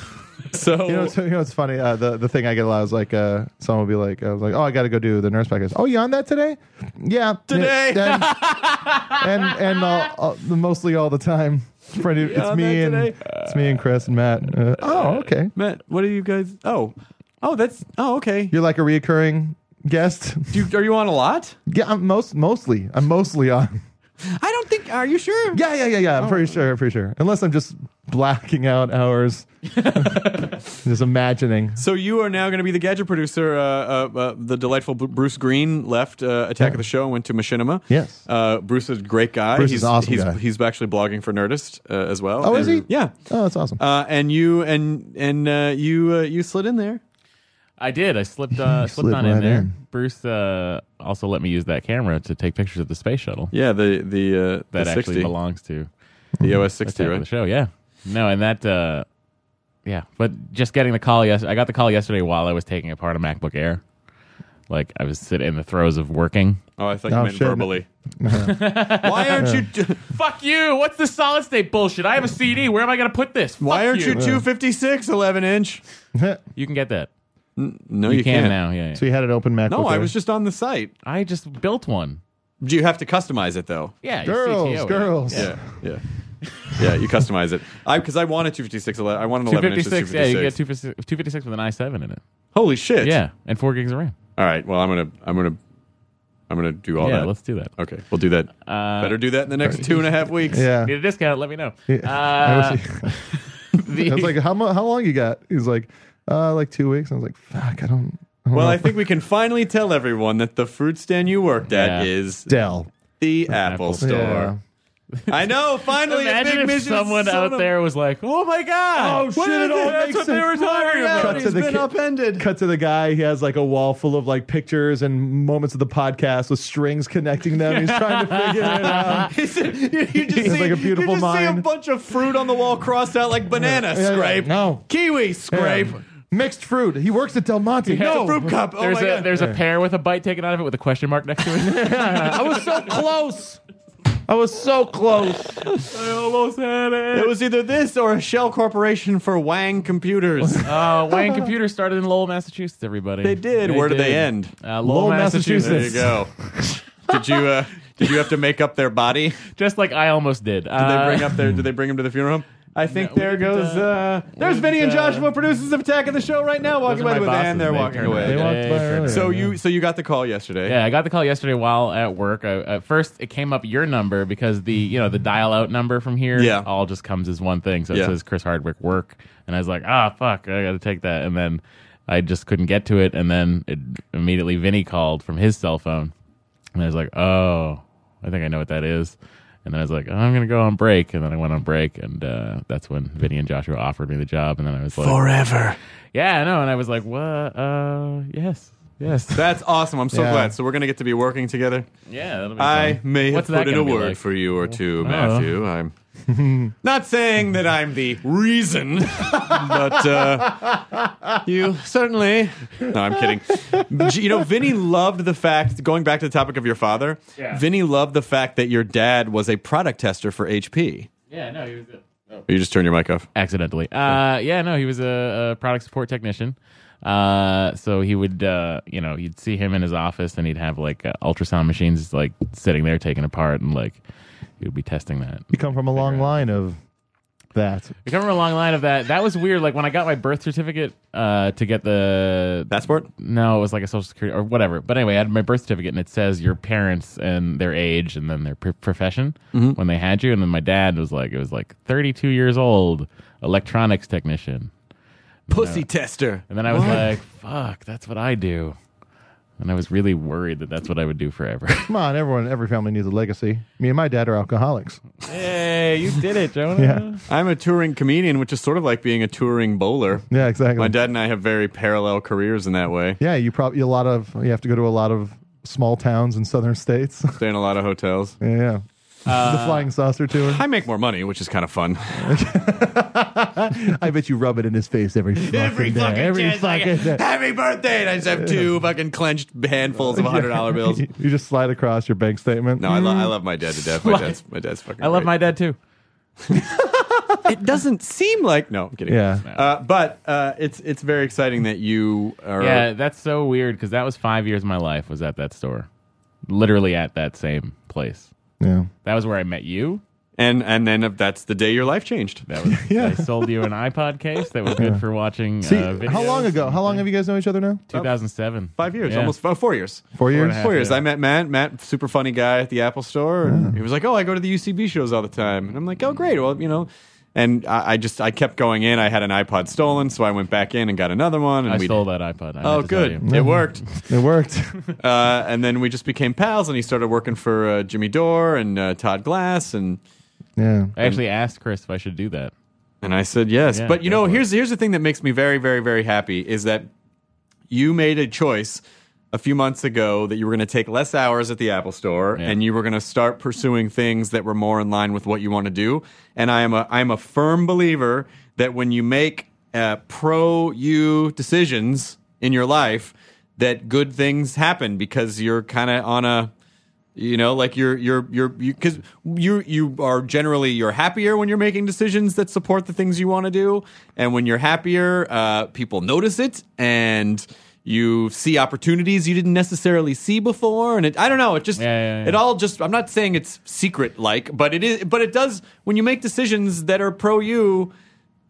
So You know, it's, you know, it's funny. Uh, the the thing I get a lot is like, uh, someone will be like, I was like, oh, I got to go do the nurse podcast. Oh, you on that today? Yeah, Today. Yeah, <laughs> and and, and all, all, mostly all the time. Pretty, it's on me that and today? it's me and Chris and Matt. Uh, oh, okay. Matt, what are you guys? Oh, oh, that's oh, okay. You're like a reoccurring guest. <laughs> Do you, are you on a lot? yeah, I'm most mostly. I'm mostly on. I don't think. Are you sure? Yeah, yeah, yeah, yeah. I'm Oh. pretty sure. I'm pretty sure. Unless I'm just blacking <laughs> out hours, <laughs> just imagining. So you are now going to be the gadget producer. Uh, uh, uh, the delightful Bru- Bruce Green left uh, Attack of the Show and went to Machinima. Yes. Uh, Bruce is a great guy. Bruce is he's an awesome he's, guy. He's actually blogging for Nerdist uh, as well. Oh, is And- he? Yeah. Oh, that's <laughs> awesome. Uh, and you and and uh, you uh, you slid in there. I did. I slipped uh, slipped, slipped on in right there. in. Bruce uh, also let me use that camera to take pictures of the space shuttle Yeah. The the uh, that the actually 60, belongs to the OS sixty, Attack of the right? show. Yeah. No, and that. Uh, yeah, but just getting the call. Yes, I got the call yesterday while I was taking apart a MacBook Air. Like I was sitting in the throes of working. Oh, I think you Oh, meant shit. <laughs> verbally. <laughs> Why aren't you? <laughs> Fuck you! What's this solid state bullshit? I have a CD. Where am I gonna put this? Why Fuck aren't you 256 11 inch? You can get that. No, You, can now. Yeah, yeah. so you had an open Mac. No, I was just on the site. I just built one. Do you have to customize it though? Yeah, your girls, CTO. girls. Yeah, yeah, yeah. You customize it. I because I wanted 256. ele- I wanted 11 inch. 256. Yeah, you can get 256. 256 256 with an i7 in it. Holy shit. Yeah, and four gigs of RAM. All right. Well, I'm gonna I'm gonna I'm gonna do all yeah, that. let's Uh, do that. Okay, we'll do that. Better do that in the next two and a half weeks. Yeah. Need a discount? Let me know. <laughs> Uh, I was- the- <laughs> I was like, how, mu- how long you got? He's like, uh, like two weeks. I was like, fuck, I don't. I don't Well, know. I think we can finally tell everyone that the fruit stand you worked at Yeah. is Dell. the Apple Apple Store. Yeah. I know. Finally, a big imagine if mission someone son out of- there was like, "Oh my god! Oh, shit, it all That's makes what they were sense. talking about." Cut to Reality's the <laughs> been ki- upended. Cut to the guy. He has like a wall full of like pictures and moments of the podcast with strings connecting them. He's trying to figure <laughs> it <laughs> out. He said- you, you just It's see, like a beautiful you just see a mind. bunch of fruit on the wall crossed out like banana Yeah, yeah, scrape, no. kiwi scrape, Yeah. Mixed fruit. He works at Del Monte. It's a No. fruit cup. Oh There's my a god! there's a pear with a bite taken out of it with a question mark next to it. <laughs> I was so close. I was so close. I almost had it was either this or a shell corporation for Wang <laughs> Computers. <laughs> Uh, Wang Computer started in Lowell, Massachusetts. Everybody, They did. Where did they end? Uh, Lowell, Lowell, Massachusetts. there you go. did you uh, did you have to make up their body? Did Just like I almost did. they Uh, bring up their? Did they bring him to the funeral home? I think No, we there didn't, goes. Uh, there's we Vinny and didn't, uh, Joshua, producers of Attack of the Show, right now, those walking are by my the bosses. and they're They walking turned away. around. They walked Yeah, sure. by earlier. So you so you got the call yesterday. Yeah, I got the call yesterday while at work. I, at first, it came up your number because the you know the dial out number from here Yeah. all just comes as one thing. So it Yeah. says Chris Hardwick work, and I was like, ah, fuck, I got to take that. And then I just couldn't get to it, and then it, immediately Vinny called from his cell phone, and I was like, "Oh, I think I know what that is." And then I was like, "I'm gonna go on break," and then I went on break, and uh, that's when Vinny and Joshua offered me the job, and then I was like, Forever. "Yeah, I know," and I was like, "What? Uh, yes, yes, That's awesome. I'm so Yeah. glad. So we're gonna get to be working together. <laughs> yeah." that'll be I fun. may have What's that put in a gonna be word like? Oh. for you or two, Matthew. I'm <laughs> not saying that I'm the reason, <laughs> but uh, you certainly. No, I'm kidding. G- You know, Vinny loved the fact. Going back to the topic of your father, Yeah. Vinny loved the fact that your dad was a product tester for HP. Yeah, no, he was good. You just turn your mic off. accidentally. Uh, yeah, no, he was a, a product support technician. Uh, so he would, uh, you know, you'd see him in his office, and he'd have like uh, ultrasound machines like sitting there taken apart, and like he would be testing that. You come from a long line of that. I come from a long line of that. That was weird. Like when I got my birth certificate uh, to get the Passport? No, it was like a social security or whatever. But anyway, I had my birth certificate and it says your parents and their age and then their pr- profession when they had you. And then my dad was like, it was like 32 years old, electronics technician. Pussy tester. And then I was like, fuck, that's what I do. And I was really worried that that's what I would do forever. Come on, everyone, every family needs a legacy. Me and my dad are alcoholics. hey, you did <laughs> it, Jonah. Yeah. I'm a touring comedian, which is sort of like being a touring bowler. Yeah, exactly. My dad and I have very parallel careers in that way. Yeah, you probably a lot of you have to go to a lot of small towns in southern states. <laughs> Stay in a lot of hotels. yeah, yeah. Uh, the flying saucer tour. I make more money, which is kind <laughs> of fun. I bet you rub it in his face <laughs> every fucking day. every fucking day. Happy birthday! And I just have two fucking clenched <laughs> handfuls of hundred dollar bills. <laughs> You you just slide across your bank statement. No, I, lo- I love my dad to death. My dad's my dad's fucking. I love my great. dad too. It doesn't seem like no. I'm kidding. Yeah. Uh, but uh, it's it's very exciting that you are. Yeah, that's so weird because that was five years of my life was at that store, literally at that same place. Yeah. That was where I met you. And and then if that's the day your life changed. That was <laughs> I sold you an iPod case that was good for watching. See, uh, videos. how long ago? How long have you guys known each other now? 2007. Five years, Yeah. almost oh, four years. Four years. and a half. Four years. Yeah. I met Matt. Matt, super funny guy at the Apple Store, and he was like, "Oh, I go to the UCB shows all the time," and I'm like, "Oh, great. Well, you know." And I, I just I kept going in. I had an iPod stolen, so I went back in and got another one. And I we stole that iPod. I Oh, meant to tell good. you. It worked. <laughs> It worked. Uh, and then we just became pals, and he started working for uh, Jimmy Dore and uh, Todd Glass, and yeah. I actually asked Chris if I should do that. and I said yes. Yeah, but you go know, for it. here's here's the thing that makes me very, very, very happy is that you made a choice a few months ago that you were going to take less hours at the Apple Store, Yeah. and you were going to start pursuing things that were more in line with what you want to do. And I am a I am a firm believer that when you make uh, pro you decisions in your life, that good things happen because you're kind of on a you know, like you're you're you're because you, you are generally you're happier when you're making decisions that support the things you want to do, and when you're happier, uh, people notice it and you see opportunities you didn't necessarily see before. And it, I don't know, it just Yeah, yeah, yeah. it all just I'm not saying it's secret like, but it is, but it does when you make decisions that are pro you,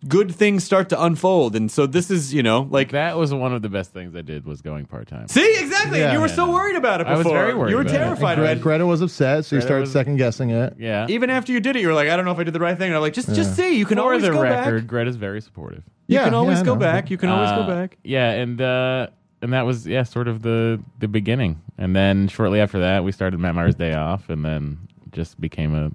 good things start to unfold, and so this is you know like. That was one of the best things I did was going part time. See exactly, and Yeah. you were Yeah, so worried about it I was before. very worried You were about it. terrified of Greta, it. Greta was upset, so you started was- second guessing it. Yeah. even after you did it, you were like, I don't know if I did the right thing. And I'm like, just just see. You can for always the go record, back. Greta's very supportive. You Yeah, can yeah, always I go know. back. You can always Uh, go back. Yeah, and uh, and that was yeah, sort of the the beginning. And then shortly after that, we started Matt Myers Day Off, and then just became a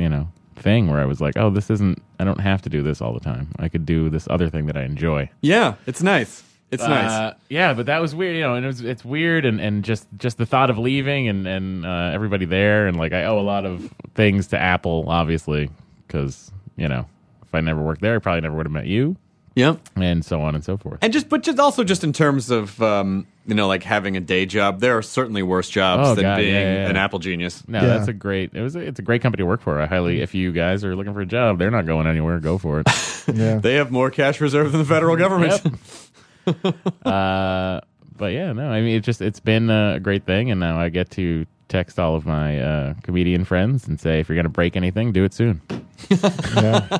you know thing where I was like, oh, this isn't. I don't have to do this all the time. I could do this other thing that I enjoy. Yeah, it's nice. It's nice. Uh, yeah, but that was weird, you know, and it was, it's weird, and, and just just the thought of leaving and and uh, everybody there, and like I owe a lot of things to Apple, obviously, because you know if I never worked there, I probably never would have met you, Yeah. and so on and so forth. And just, but just also just in terms of, um, you know, like having a day job, there are certainly worse jobs Oh, than God, being yeah, yeah, yeah. an Apple genius. No, Yeah. that's a great. It was. A, it's a great company to work for. I highly. If you guys are looking for a job, they're not going anywhere. Go for <laughs> it. Yeah. They have more cash reserve than the federal government. <laughs> Yep. uh, but yeah, no. I mean, it just it's been a great thing, and now I get to text all of my uh, comedian friends and say, if you're going to break anything, do it soon. yeah.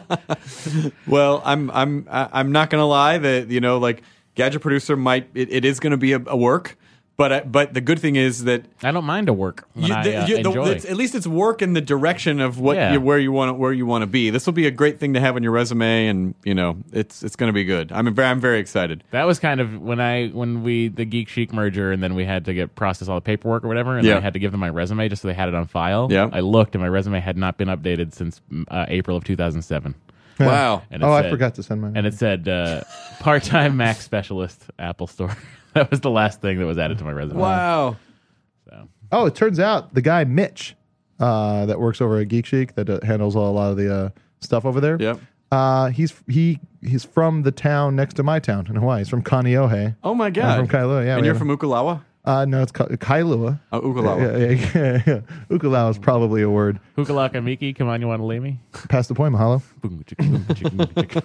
Well, I'm I'm I- I'm not gonna lie that you know like gadget producer might it, it is gonna be a, a work, But I, but the good thing is that I don't mind to work when you- I the- uh, you- the- enjoy. it's- at least it's work in the direction of what Yeah. you, where you want where you want to be. This will be a great thing to have on your resume, and you know it's it's going to be good. I'm very, I'm very excited. that was kind of when I when we the Geek Chic merger, and then we had to get process all the paperwork or whatever, and Yeah. I had to give them my resume just so they had it on file. Yeah. I looked, and my resume had not been updated since mm, uh, April of 2007. Wow. And it Oh, I said- forgot to send mine. And it said <laughs> uh, part time Mac specialist, Apple Store. <laughs> that was the last thing that was added to my resume. Wow. Oh, it turns out the guy Mitch uh, that works over at Geek Chic that uh, handles a lot of the uh, stuff over there. Yep. Uh, he's he he's from the town next to my town in Hawaii. He's from Kaneohe. Oh my god. I'm from Kailua. Yeah. and we you're have- from Ukulawa. Uh, no, it's Ka- Kailua. Oh, Ukulawa. Yeah, yeah, yeah, yeah. Ukulawa is probably a word. Hukalaka Miki, come on, you want to leave me? Past the point, mahalo. Boom, chicka, boom, chicka, boom, <laughs> chicka.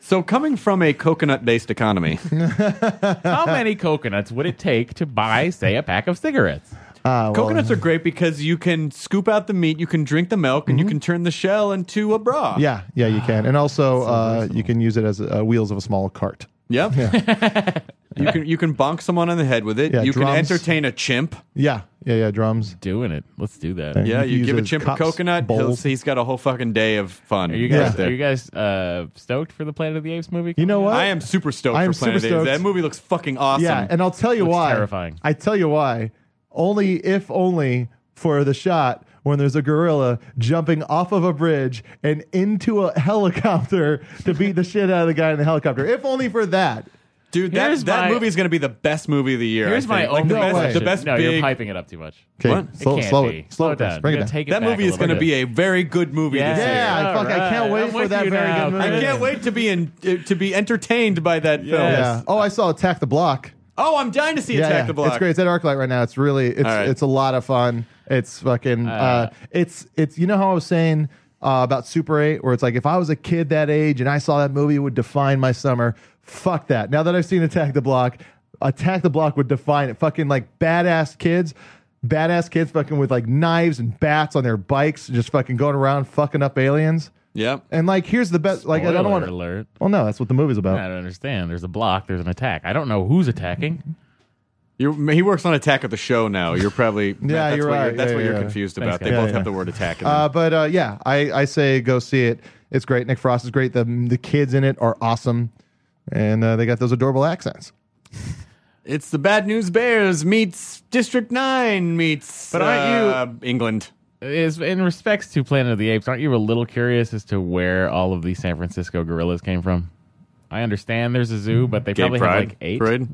So coming from a coconut-based <laughs> economy, How many coconuts would it take to buy, say, a pack of cigarettes? Uh, well, coconuts are great because you can scoop out the meat, you can drink the milk, and you can turn the shell into a bra. Mm-hmm. Yeah, yeah, you can, and also uh, you can use it as uh, wheels of a small cart. Yep. <laughs> you can you can bonk someone on the head with it. Yeah, you can drums. entertain a chimp. Yeah, yeah, yeah. Drums. Doing it. Let's do that. Thank Yeah, You you use give a those chimp a cups, coconut, he'll, bowls. he's got a whole fucking day of fun. Are you guys, right there. are you guys uh, stoked for the Planet of the Apes movie? You know what? I am super stoked I am for Planet super Apes. That stoked. movie looks fucking awesome. Yeah, and I'll tell you Looks why. terrifying. I tell you why. Only if only for the shot when there's a gorilla jumping off of a bridge and into a <laughs> helicopter to beat the shit out of the guy in the helicopter. If only for that. Dude, that, Here's that my- movie is going to be the best movie of the year. I Here's my think. like the only best, question. the best no, big. you're piping it up too much. Okay, What? slow, it can't slow be. it, slow it, down. Chris. Bring it You're down. gonna Take it that back movie a is little going bit. to be a very good movie this year. Yeah, all fuck, I can't wait I'm for with that you very now. good movie. I Yeah. can't wait to be in uh, to be entertained by that film. Yeah. Oh, I saw Attack the Block. Oh, I'm dying to see Yeah, Attack yeah. the Block. It's great. It's at ArcLight right now. It's really All it's right. it's a lot of fun. It's fucking uh, it's it's you know how I was saying uh, about Super 8 where it's like if I was a kid that age and I saw that movie it would define my summer. Fuck that. Now that I've seen Attack the Block, Attack the Block would define it. Fucking like badass kids. Badass kids fucking with like knives and bats on their bikes, just fucking going around fucking up aliens. Yep. And like, here's the best. Like, I don't Oh. Spoiler want to. alert. Well, no, that's what the movie's about. I don't understand. There's a block. There's an attack. I don't know who's attacking. You're, he works on Attack of the Show now. You're <laughs> probably that's you're what right. You're, that's Yeah, what yeah, you're yeah. confused Thanks, about. They guys. both Yeah, have yeah. the word attack. In them. Uh, but uh, yeah, I, I say go see it. It's great. Nick Frost is great. The the kids in it are awesome, and uh, they got those adorable accents. it's the Bad News Bears meets District Nine meets. But aren't uh, England? Is in respects to Planet of the Apes, aren't you a little curious as to where all of these San Francisco gorillas came from? I understand there's a zoo, but they Gay probably pride have like eight. <laughs> parade.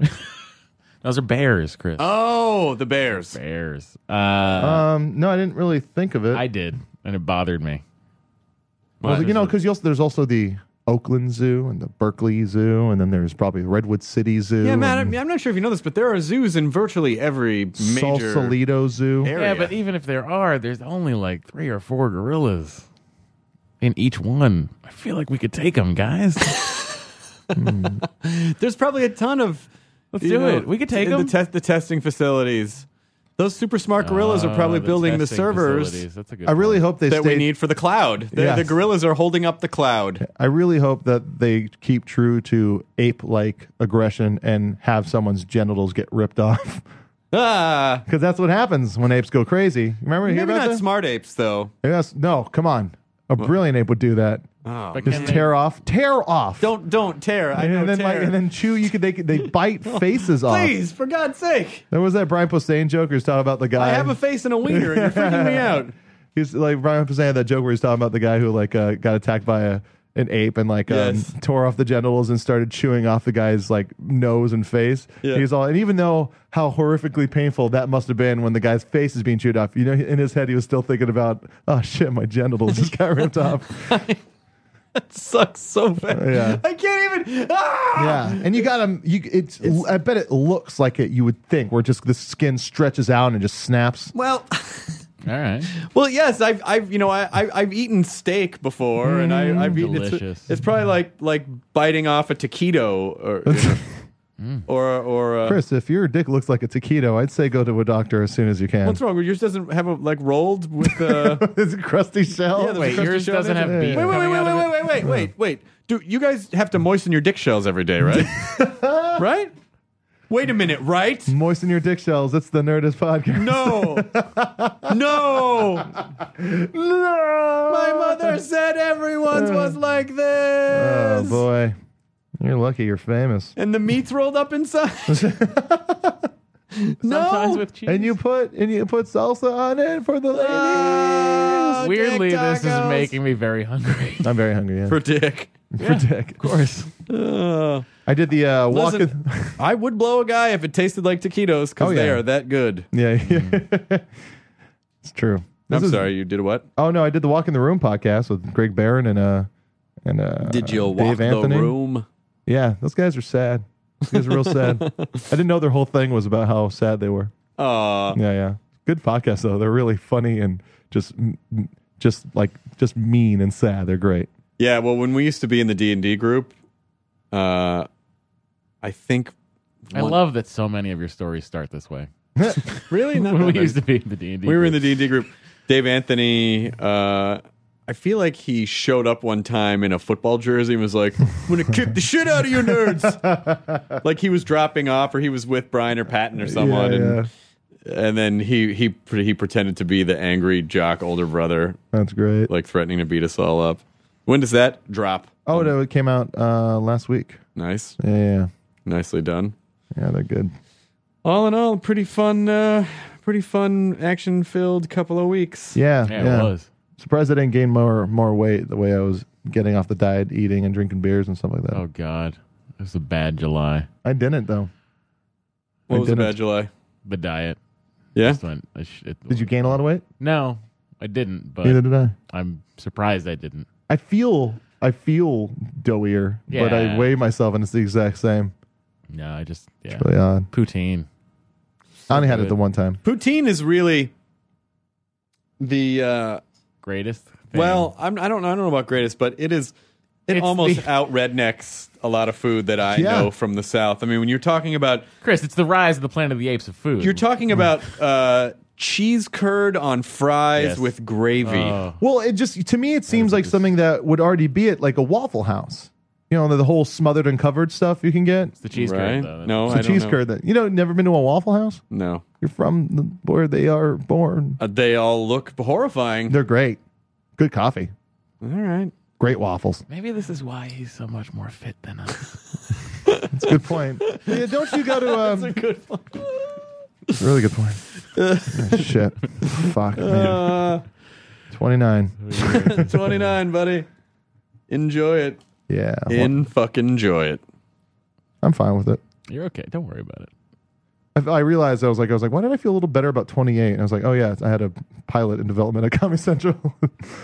Those are bears, Chris. Oh, the Bears. Bears. Uh, Um, no, I didn't really think of it. I did, and it bothered me. Well, you know, because there's also the Oakland Zoo and the Berkeley Zoo, and then there's probably Redwood City Zoo. Yeah, man. and I'm, I'm not sure if you know this, but there are zoos in virtually every major. Sausalito Zoo. area. Yeah, but even if there are, there's only like three or four gorillas in each one. I feel like we could take them, <laughs> guys. There's probably a ton of. Let's do it. We could take the 'em. test the testing facilities. Those super smart gorillas are probably Uh, building the testing servers facilities. That's a good I really hope they that stay. we need for the cloud. The, Yes. the gorillas are holding up the cloud. I really hope that they keep true to ape-like aggression and have someone's genitals get ripped off <laughs> Ah, because that's what happens when apes go crazy. Remember, you hear maybe about not that? smart apes though. Yes. No. Come on. A brilliant ape would do that. But Just can tear off. Tear off. uh, Don't don't tear. I And, know then tear. like and then Oh. chew. You could they <laughs> could- they bite faces off. Please, for God's sake, There was that Brian Posehn joke where he's talking about the guy. I have a face and a wiener, and you're freaking <laughs> me out. He's like Brian Posehn had that joke where he's talking about the guy who like uh, got attacked by a an ape and like um, Yes. tore off the genitals and started chewing off the guy's like nose and face. Yeah. He's all and even though how horrifically painful that must have been when the guy's face is being chewed off, you know, in his head he was still thinking about oh shit, my genitals just got ripped off. Sucks so bad. Yeah. I can't even. Ah! <laughs> Yeah, and you got them. You it's, I bet it looks like it. You would think where just the skin stretches out and just snaps. Well. All right. Well, yes, I've, I've, you know, I, I've, I've eaten steak before, and I, I've eaten. It's, delicious. it's probably like, like biting off a taquito, or, you know, or, or. Uh, Chris, if your dick looks like a taquito, I'd say go to a doctor as soon as you can. what's wrong? Yours doesn't have a like rolled with. Uh, <laughs> it's a crusty shell. Yeah, there's a Wait, Krusty yours Show doesn't there? have beef. wait, wait, wait, coming wait, out of wait, it? wait, wait, wait, wait. Dude, you guys have to moisten your dick shells every day, right? right? Wait a minute, right? <laughs> Moisten your dick shells. It's the Nerdist podcast. No, no. no. My mother said everyone's was like this. Oh boy, you're lucky. You're famous. And the meat's rolled up <laughs> inside. Sometimes no. with cheese. And you put and you put salsa on it for the ladies. Ah, <laughs> Weirdly, dick this is tacos. making <laughs> me very hungry. I'm very hungry. Yeah. for dick. <laughs> For dick, of course. I did the uh, walk. Listen, I would blow a guy if it tasted like taquitos because Oh, they yeah. are that good. <laughs> yeah, it's true. This Hmm. I'm is- sorry, you did what? Oh no, I did the Walk in the Room podcast with Greg Barron and uh and uh Did you Dave walk Anthony. the room? Yeah, those guys are sad. Those guys are real sad. <laughs> I didn't know their whole thing was about how sad they were. Aw. Yeah, yeah. Good podcast though. They're really funny and just just like just mean and sad. They're great. Yeah, well, when we used to be in the D and D group, uh, I think I one- love that so many of your stories start this <laughs> way. <laughs> really not When that we many. used to be in the D and D, we were in the D and D group. Dave Anthony, uh, I feel like he showed up one time in a football jersey and was like, "I'm gonna kick the shit out of you nerds!" <laughs> like he was dropping off, or he was with Brian or Patton or someone, yeah, and yeah. and then he he pre- he pretended to be the angry jock older brother, That's great. like threatening to beat us all up. When does that drop? oh no, it came out uh last week. Nice, Yeah, yeah. nicely done. Yeah, they're good. All in all, pretty fun, uh, pretty fun, action-filled couple of weeks. Yeah, Yeah, it was. Surprised I didn't gain more more weight the way I was getting off the diet, eating and drinking beers and stuff like that. Oh God, it was a bad July. I didn't though. What I was a didn't. bad July? The diet. Yeah, just went- I sh- it- Did you gain a lot of weight? No, I didn't. But Neither did I. I'm surprised I didn't. I feel I feel doughier, but I Yeah. weigh myself and it's the exact same. No, I just yeah. Really odd. Poutine. I only had it good. the one time. poutine is really the uh, Greatest. Thing. well. I'm, I don't know. I don't know about greatest, but it is. It It's almost the- out rednecks a lot of food that I Yeah. know from the South. I mean, when you're talking about Chris, it's the rise of the Planet of the Apes of food. You're talking about uh, cheese curd on fries Yes. with gravy. Oh. Well, it just to me it seems like something that would already be at like a Waffle House. You know, the, the whole smothered and covered stuff you can get. It's the cheese right? curd, though. no, It's Oh, I a don't cheese know. curd that you know never been to a Waffle House. No, You're from the, where they are born. Uh, they all look horrifying. They're great. Good coffee. all right, Great waffles. Maybe this is why he's so much more fit than us. That's a good point. yeah, don't you go to um, good. really good point. Oh, shit. Fuck man. Uh, Twenty nine. Twenty nine, buddy. Enjoy it. Yeah. In fucking enjoy it. I'm fine with it. <laughs> You're okay. Don't worry about it. I, I realized I was like, I was like, why did I feel a little better about 28? And I was like, oh yeah, I had a pilot in development at Comedy Central. <laughs>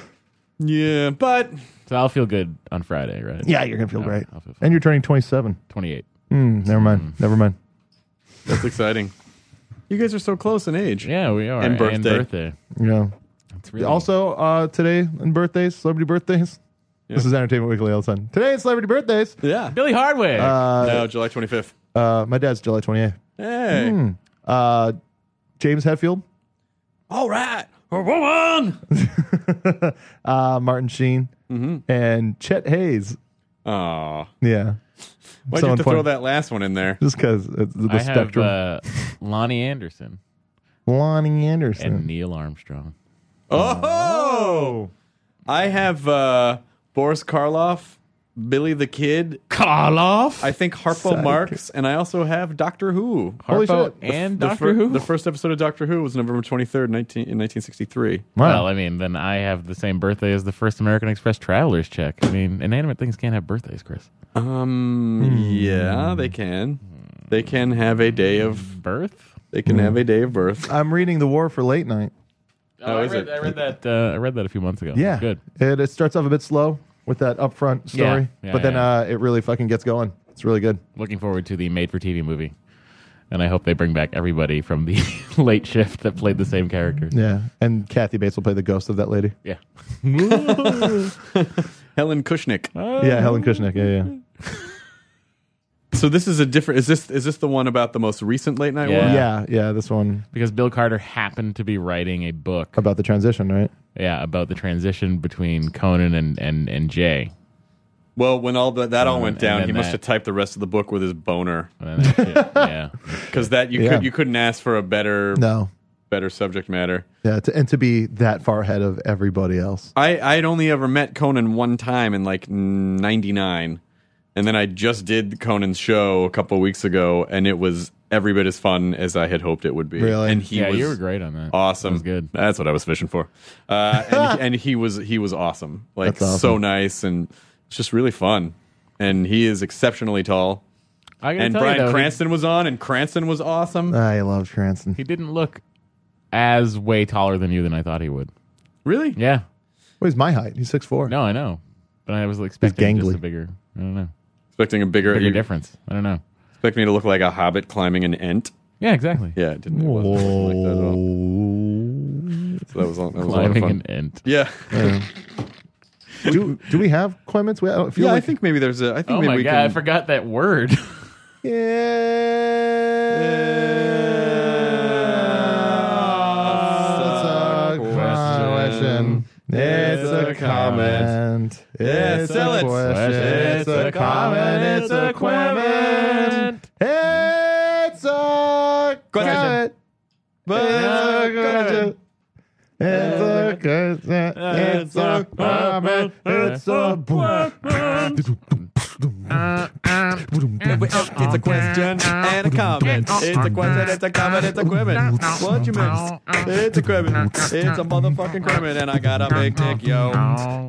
Yeah, but So I'll feel good on Friday, right? yeah, you're gonna feel No, great. I'll feel fine. And you're turning 27. 28. Mm, never mind. Never mind. that's exciting. You guys are so close in age. Yeah, we are. And birthday. Yeah. It's really Also, uh, today in birthdays, celebrity birthdays. This is Entertainment Weekly all the time. Today is celebrity birthdays. Yeah. Billy Hardwick. no, July twenty fifth. Uh, my dad's July 28th. Hey. Hmm. Uh, James Hetfield, All right. A woman. uh, Martin Sheen, and Chet Hayes. Aw. Yeah. Mm-hmm. Why'd you Someone have to point- throw that last one in there? Just because it's the I have spectrum. uh, Lonnie Anderson Lonnie Anderson. and Neil Armstrong. Oh, I have uh, Boris Karloff, Billy the Kid, Karloff. I think Harpo Marx, and I also have Doctor Who. Holy Harpo shit. and The Doctor fir- Who. The first episode of Doctor Who was November 23rd, 19, in 1963. Well, I mean, then I have the same birthday as the first American Express traveler's check. I mean, inanimate things can't have birthdays, Chris. Um, Hmm. yeah, they can. They can have a day of Birth? they can have a day of birth. I'm reading The War for Late Night. Oh, I, is read, it? I read that. Uh, I read that a few months ago. Yeah, It's good. It, it starts off a bit slow with that upfront story, Yeah, yeah, but then yeah. uh, it really fucking gets going. It's really good. Looking forward to the made-for-TV movie, and I hope they bring back everybody from the <laughs> late shift that played the same characters. Yeah, and Kathy Bates will play the ghost of that lady. Yeah. Helen Kushnick. yeah, Helen Kushnick. Yeah, yeah, So this is a different. Is this is this the one about the most recent late night Yeah. one? yeah, yeah. This one because Bill Carter happened to be writing a book, about the transition, right? yeah, about the transition between Conan and and and Jay. Well, when all the, that all went and down, then he must that. have typed the rest of the book with his boner And that shit, yeah. because that you Yeah. could you couldn't ask for a better No. better subject matter. Yeah, to, and to be that far ahead of everybody else. I I had only ever met Conan one time in like '99, and then I just did Conan's show a couple weeks ago, and it was every bit as fun as I had hoped it would be. Really? and he yeah, was you were great on that. awesome. That was good. That's what I was fishing for. Uh, <laughs> and, and he was he was awesome. Like That's awesome. so nice and it's just really fun. And he is exceptionally tall. I gotta And tell Brian you, though, he- Cranston was on, and Cranston was awesome. I love Cranston. he didn't look as way taller than you than I thought he would. really? Yeah. Well, he's my height. He's 6'4". No, I know. But I was expecting gangly. just a bigger, I don't know, Expecting a bigger, bigger you difference. I don't know. expect me to look like a hobbit climbing an ent? Yeah, exactly. Yeah, it didn't. It wasn't like that at all. So that was, a- that was a lot of Climbing fun. an ant. yeah. do, do we have Clements? We, I don't feel Yeah, I like think maybe there's a. I think Oh maybe my we god, I can. forgot that word. <laughs> It's a question. Uh, It's a comment. It's Sell a it. question. It's a comment. It's a comment. It's a comment. But it's a question. It's a question. It's a comment. It's a oh, It's a question and a comment. It's a question, it's a comment, it's a equipment. What you miss? It's equipment. It's a motherfucking equipment, and I got a big dick, <laughs> yo. I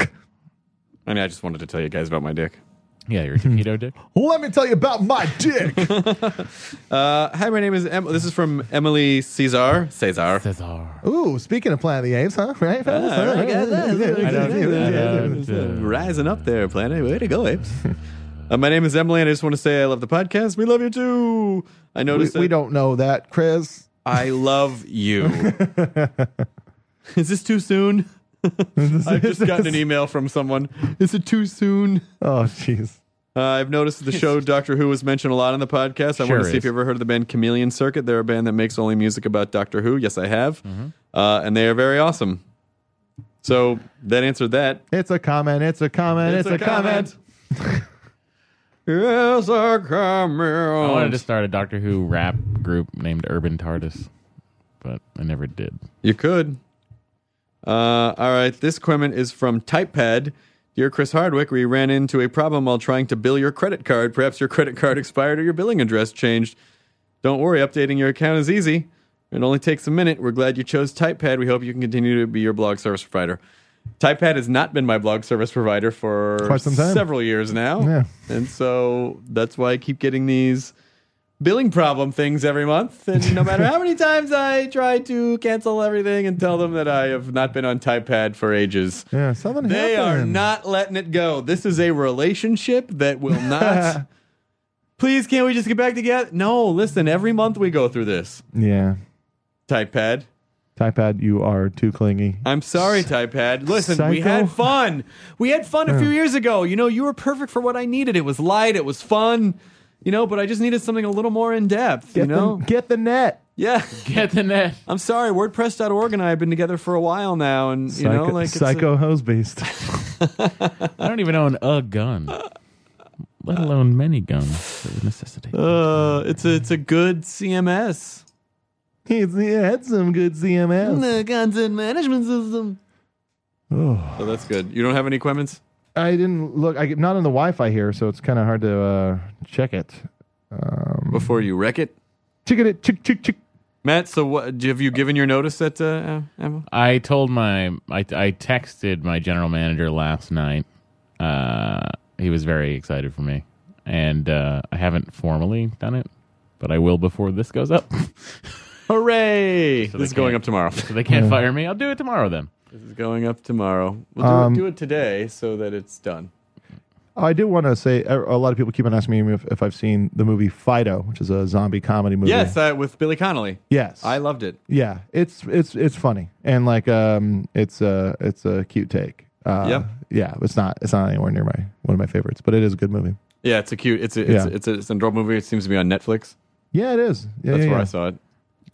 mean, I just wanted to tell you guys about my dick. yeah, you're a taquito <laughs> dick. Let me tell you about my dick. Uh, hi, my name is Em- This is from Emily Caesar. Caesar. <laughs> Cesar. Ooh, speaking of Planet of the Apes, huh? Right? fellas? Ah, right, guys, ah, I don't- I don't, uh, Rising up there, planet. Way to go, apes. Uh, my name is Emily, and I just want to say I love the podcast. We love you too. I We, noticed we that- don't know that, Chris. I love you. Is this too soon? <laughs> I've just gotten <laughs> an email from someone. Is it too soon? Oh, jeez. Uh, I've noticed the show Doctor Who was mentioned a lot on the podcast. I Sure want to see if is. you ever heard of the band Chameleon Circuit. They're a band that makes only music about Doctor Who. Yes, I have. Uh, and they are very awesome. So that answered that. It's a comment. It's a comment. It's, a, comment. <laughs> Yes, a I wanted comment. to start a Doctor Who rap group named Urban TARDIS, but I never did. You could. Uh, all right. This comment is from TypePad. Dear Chris Hardwick, we ran into a problem while trying to bill your credit card. Perhaps your credit card expired or your billing address changed. Don't worry, updating your account is easy. It only takes a minute. We're glad you chose TypePad. We hope you can continue to be your blog service provider. TypePad has not been my blog service provider for Quite some time. several years now. Yeah. And so that's why I keep getting these billing problem things every month. And no matter how many times I try to cancel everything and tell them that I have not been on TypePad for ages, Yeah, something they are happened. <laughs> not letting it go. This is a relationship that will <laughs> not. Please, can't we just get back together? No, listen, every month we go through this. Yeah. TypePad. Typepad, you are too clingy. I'm sorry, Typepad. Listen, we Psycho? had fun. We had fun a few years ago. You know, you were perfect for what I needed. It was light, it was fun, you know, but I just needed something a little more in depth, Get, you know? the, get the net. <laughs> Yeah. Get the net. I'm sorry, WordPress.org and I have been together for a while now, and, you Psycho, know, like. it's a- psycho hose beast. <laughs> I don't even own a gun, let alone many guns that would necessitate. uh, it's a, it's a good CMS. He's he had some good CMS. content management system. Oh. Oh, that's good. You don't have any equipments? I didn't look. I not on the Wi-Fi here, so it's kind of hard to uh, check it. Um, Before you wreck it? check it. Check check check. Matt, so what, have you given your notice at uh, Emma? I told my I, I texted my general manager last night. Uh, he was very excited for me, and uh, I haven't formally done it, but I will before this goes up. <laughs> Hooray! So they this is going can't- up tomorrow. so they can't fire me. I'll do it tomorrow then. This is going up tomorrow. We'll do, Um, it, do it today so that it's done. I do want to say uh, a a lot of people keep on asking me if, if I've seen the movie Fido, which is a zombie comedy movie. Yes, uh, with Billy Connolly. yes, I loved it. yeah. It's it's it's funny and like um, it's a it's a cute take. Uh, Yep. Yeah, it's not it's not anywhere near my one of my favorites, but it is a good movie. Yeah, it's a cute. It's a, it's, Yeah. it's, a, it's an adorable movie. It seems to be on Netflix. Yeah, it is. Yeah, That's yeah, where yeah. I saw it.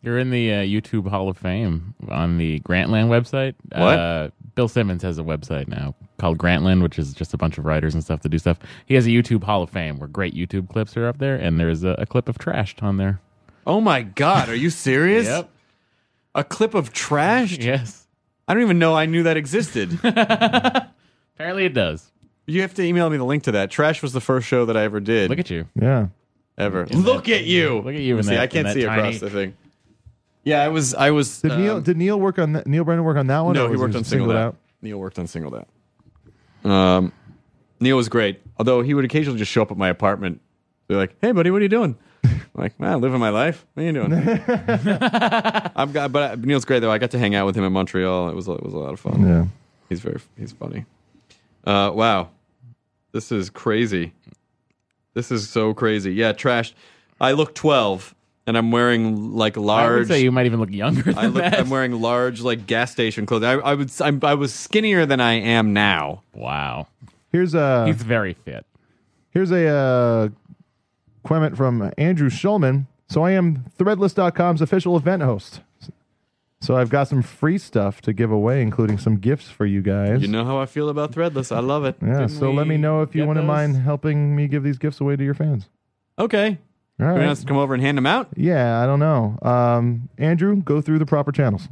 You're in the uh, YouTube Hall of Fame on the Grantland website. What? Uh, Bill Simmons has a website now called Grantland, which is just a bunch of writers and stuff that do stuff. He has a YouTube Hall of Fame where great YouTube clips are up there, and there's a, a clip of Trashed on there. Oh my God, are you serious? A clip of <laughs> trash? Yes. I don't even know I knew that existed. <laughs> Apparently it does. you have to email me the link to that. Trash was the first show that I ever did. Look at you. Yeah. ever. Look at you. Look at you in See, that- I can't in that see tiny- across the thing. Yeah, I was. I was. Did Neil um, did Neil work on that? Neil Brennan work on that one? no, or he was worked on Oh, just singled, out. Neil worked on singled out. Um, Neil was great, although he would occasionally just show up at my apartment. Be like, "Hey, buddy, what are you doing?" I'm like, "Man, living my life. What are you doing?" I've got, but uh, Neil's great though. I got to hang out with him in Montreal. It was it was a lot of fun. Yeah. He's very he's funny. Uh, wow, this is crazy. This is so crazy. Yeah, trashed. I look twelve, and I'm wearing like I would large. say you might even look younger than I look, that. I'm wearing large like gas station clothes. I, I would I'm, I was skinnier than I am now. wow. Here's Uh, uh, a He's very fit. here's a uh, comment from Andrew Schulman. So I am Threadless.com's official event host. So I've got some free stuff to give away, including some gifts for you guys. You know how I feel about Threadless. I love it. yeah. So let me know if you get wouldn't those? mind helping me give these gifts away to your fans. Okay. All Anyone right. else come over and hand them <laughs> out? Yeah, I don't know. Um, Andrew, go through the proper channels.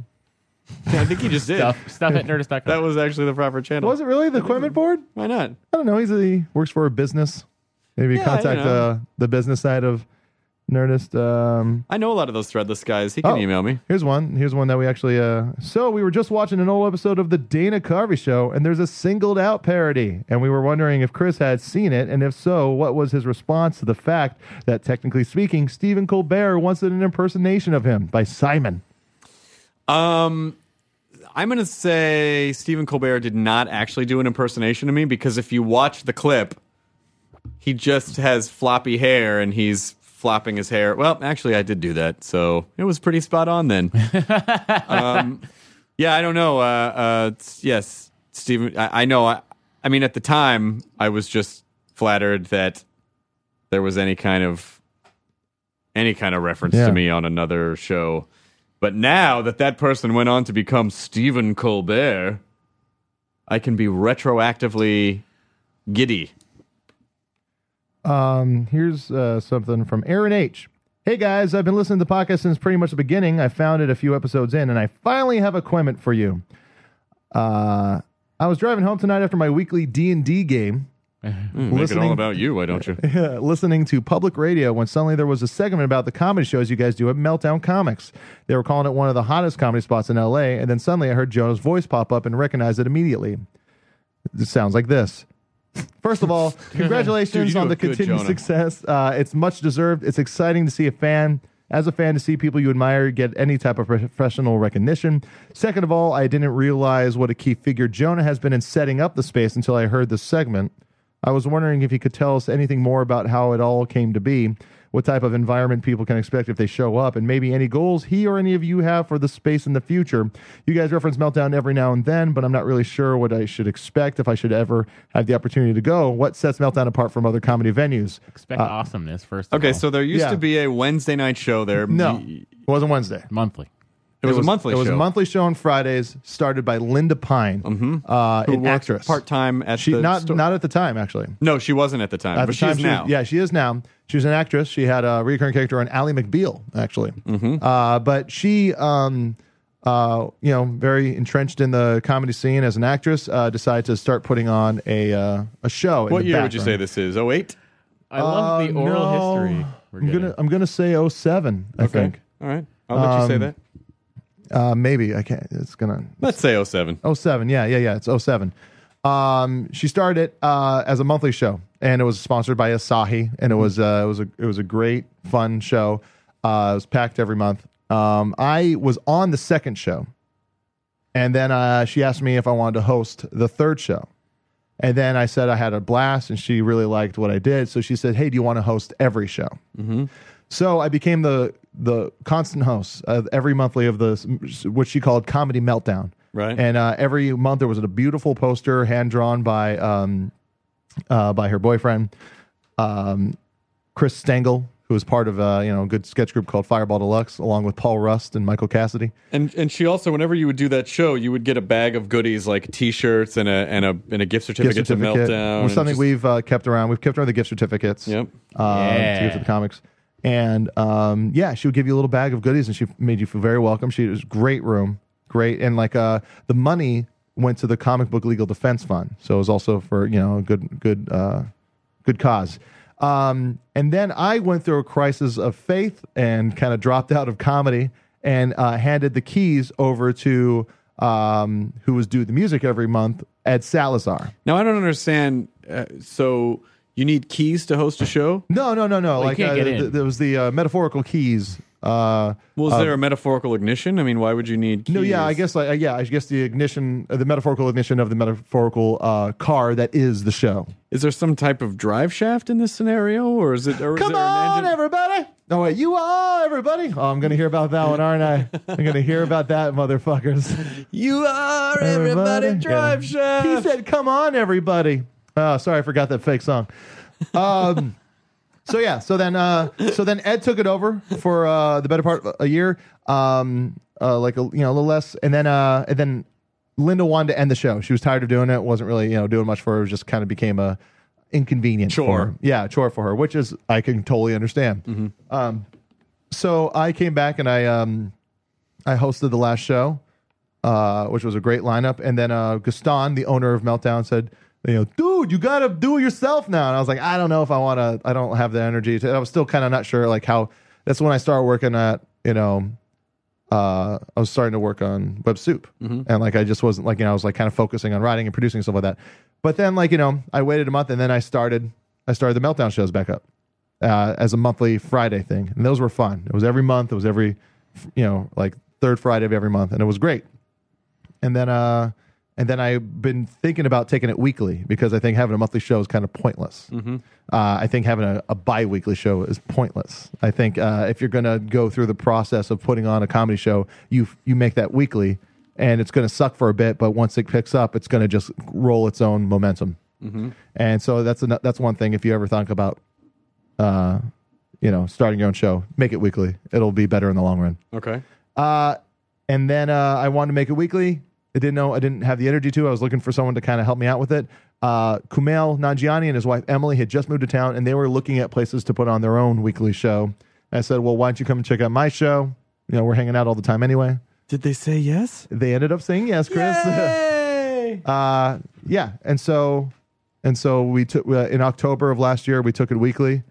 I think he just did. Stuff, stuff at nerdist.com. That was actually the proper channel. Was it really the equipment board? Why not? I don't know. He's a, he works for a business. Maybe Yeah, contact you know. uh, the business side of Nerdist. Um, I know a lot of those Threadless guys. He can Oh. email me. Here's one. Here's one that we actually. Uh, so we were just watching an old episode of the Dana Carvey show, and there's a singled out parody, and we were wondering if Chris had seen it, and if so, what was his response to the fact that, technically speaking, Stephen Colbert once did an impersonation of him by Simon. Um, I'm going to say Stephen Colbert did not actually do an impersonation of me because if you watch the clip, he just has floppy hair and he's flopping his hair. Well, actually, I did do that, so it was pretty spot on then. um, yeah, I don't know. Uh, uh, s- yes, Stephen, I, I know. I, I mean, at the time, I was just flattered that there was any kind of any kind of reference Yeah. to me on another show. But now that that person went on to become Stephen Colbert, I can be retroactively giddy. Um, here's uh, something from Aaron H. Hey guys, I've been listening to the podcast since pretty much the beginning. I found it a few episodes in, and I finally have a comment for you. Uh, I was driving home tonight after my weekly D and D game, <laughs> Make it all Listening- about you, why don't you? <laughs> listening to public radio when suddenly there was a segment about the comedy shows you guys do at Meltdown Comics. They were calling it one of the hottest comedy spots in LA, and then suddenly I heard Jonah's voice pop up and recognized it immediately. It sounds like this. First of <laughs> all, Dude, you congratulations do on a the good continued Jonah. success. Uh, it's much deserved. It's exciting to see a fan, as a fan, to see people you admire get any type of professional recognition. Second of all, I didn't realize what a key figure Jonah has been in setting up the space until I heard this segment. I was wondering if you could tell us anything more about how it all came to be, what type of environment people can expect if they show up, and maybe any goals he or any of you have for the space in the future. You guys reference Meltdown every now and then, but I'm not really sure what I should expect if I should ever have the opportunity to go. What sets Meltdown apart from other comedy venues? Expect awesomeness first. of uh, Okay, all. so there used Oh. Yeah. to be a Wednesday night show there. No, It it wasn't Wednesday. monthly. was, a monthly It show. Mm-hmm. was a monthly show on Fridays, started by Linda Pine, uh, an actress. Part time at she the not store. not at the time actually. No, she wasn't at the time, At but the time she is was- now. yeah, she is now. She was an actress. She had a recurring character on Ally McBeal, actually. Mm-hmm. Uh, but she, um, uh, you know, very entrenched in the comedy scene as an actress, uh, decided to start putting on a uh, a show. in What the year would you say background. this is? Oh eight. I love Uh, the oral no, history. We're I'm gonna I'm gonna say 07, I think. All right. I'll let Um, you say that. Uh, maybe I can't. It's gonna Let's say 07. 07. Oh, Yeah, yeah, yeah. It's 07. Um, she started it uh, as a monthly show, and it was sponsored by Asahi, and it was uh, it was a it was a great fun show. Uh, it was packed every month. Um, I was on the second show, and then uh, she asked me if I wanted to host the third show, and then I said I had a blast, and she really liked what I did, so she said, "Hey, do you want to host every show?" So I became the the constant host of every monthly of the what she called comedy meltdown. Right. And uh, every month there was a beautiful poster hand drawn by um, uh, by her boyfriend, um, Chris Stengel, who was part of uh, you know a good sketch group called Fireball Deluxe, along with Paul Rust and Michael Cassidy. And and she also, whenever you would do that show, you would get a bag of goodies like T-shirts and a and a and a gift certificate, to Meltdown. and was something just- we've uh, kept around. We've kept around the gift certificates. Yep. Uh, To Yeah. give to the comics. And um, yeah, she would give you a little bag of goodies, and she made you feel very welcome. She it was a great room, great, and like uh, the money went to the comic book legal defense fund, so it was also for you know a good good uh, good cause. Um, and then I went through a crisis of faith and kind of dropped out of comedy and uh, handed the keys over to um, who was due the music every month, Ed Salazar. Now I don't understand. Uh, so you need keys to host a show? No, no, no, no. you like can't uh, get th- in. there was the uh, metaphorical keys. Uh, Well, is uh, there a metaphorical ignition? I mean, why would you need? keys? no, yeah, I guess like uh, yeah, I guess the ignition, uh, the metaphorical ignition of the metaphorical uh, car that is the show. Is there some type of drive shaft in this scenario, or is it? Or is Come there an on, engine? everybody! No, wait, you all, everybody! Oh, I'm gonna hear about that one, aren't I? I'm gonna hear about that, motherfuckers. <laughs> You are everybody, drive Yeah. He shaft. said, "Come on, everybody." Oh, sorry, I forgot that fake song. Um, so yeah, so then, uh, so then Ed took it over for uh, the better part of a year, um, uh, like a, you know a little less, and then uh, and then Linda wanted to end the show. She was tired of doing it. wasn't really you know doing much for her. It was just kind of became a inconvenient Chore. for her. Yeah, chore for her, which is I can totally understand. Um, so I came back and I um, I hosted the last show uh, which was a great lineup. And then uh, Gaston, the owner of Meltdown, said, "You know, dude, you gotta do it yourself now." And I was like, "I don't know if I want to. I don't have the energy." To, and I was still kind of not sure, like how. That's when I started working at you know, uh, I was starting to work on Web Soup, and like I just wasn't like you know I was like kind of focusing on writing and producing and stuff like that. But then like you know I waited a month and then I started I started the Meltdown shows back up uh, as a monthly Friday thing, and those were fun. It was every month. It was every you know like third Friday of every month, and it was great and then uh and then I've been thinking about taking it weekly because I think having a monthly show is kind of pointless. Uh, I think having a, a bi-weekly show is pointless. I think uh, if you're going to go through the process of putting on a comedy show, you you make that weekly, and it's going to suck for a bit. But once it picks up, it's going to just roll its own momentum. And so that's an, that's one thing. If you ever think about, uh, you know, starting your own show, make it weekly. It'll be better in the long run. Okay. Uh, and then uh, I wanted to make it weekly. I didn't know I didn't have the energy to. I was looking for someone to kind of help me out with it. Uh, Kumail Nanjiani and his wife Emily had just moved to town, and they were looking at places to put on their own weekly show. I said, "Well, why don't you come and check out my show? You know, we're hanging out all the time anyway." Did they say yes? They ended up saying yes, Chris. <laughs> uh, yeah, and so and so we took uh, in October of last year we took it weekly,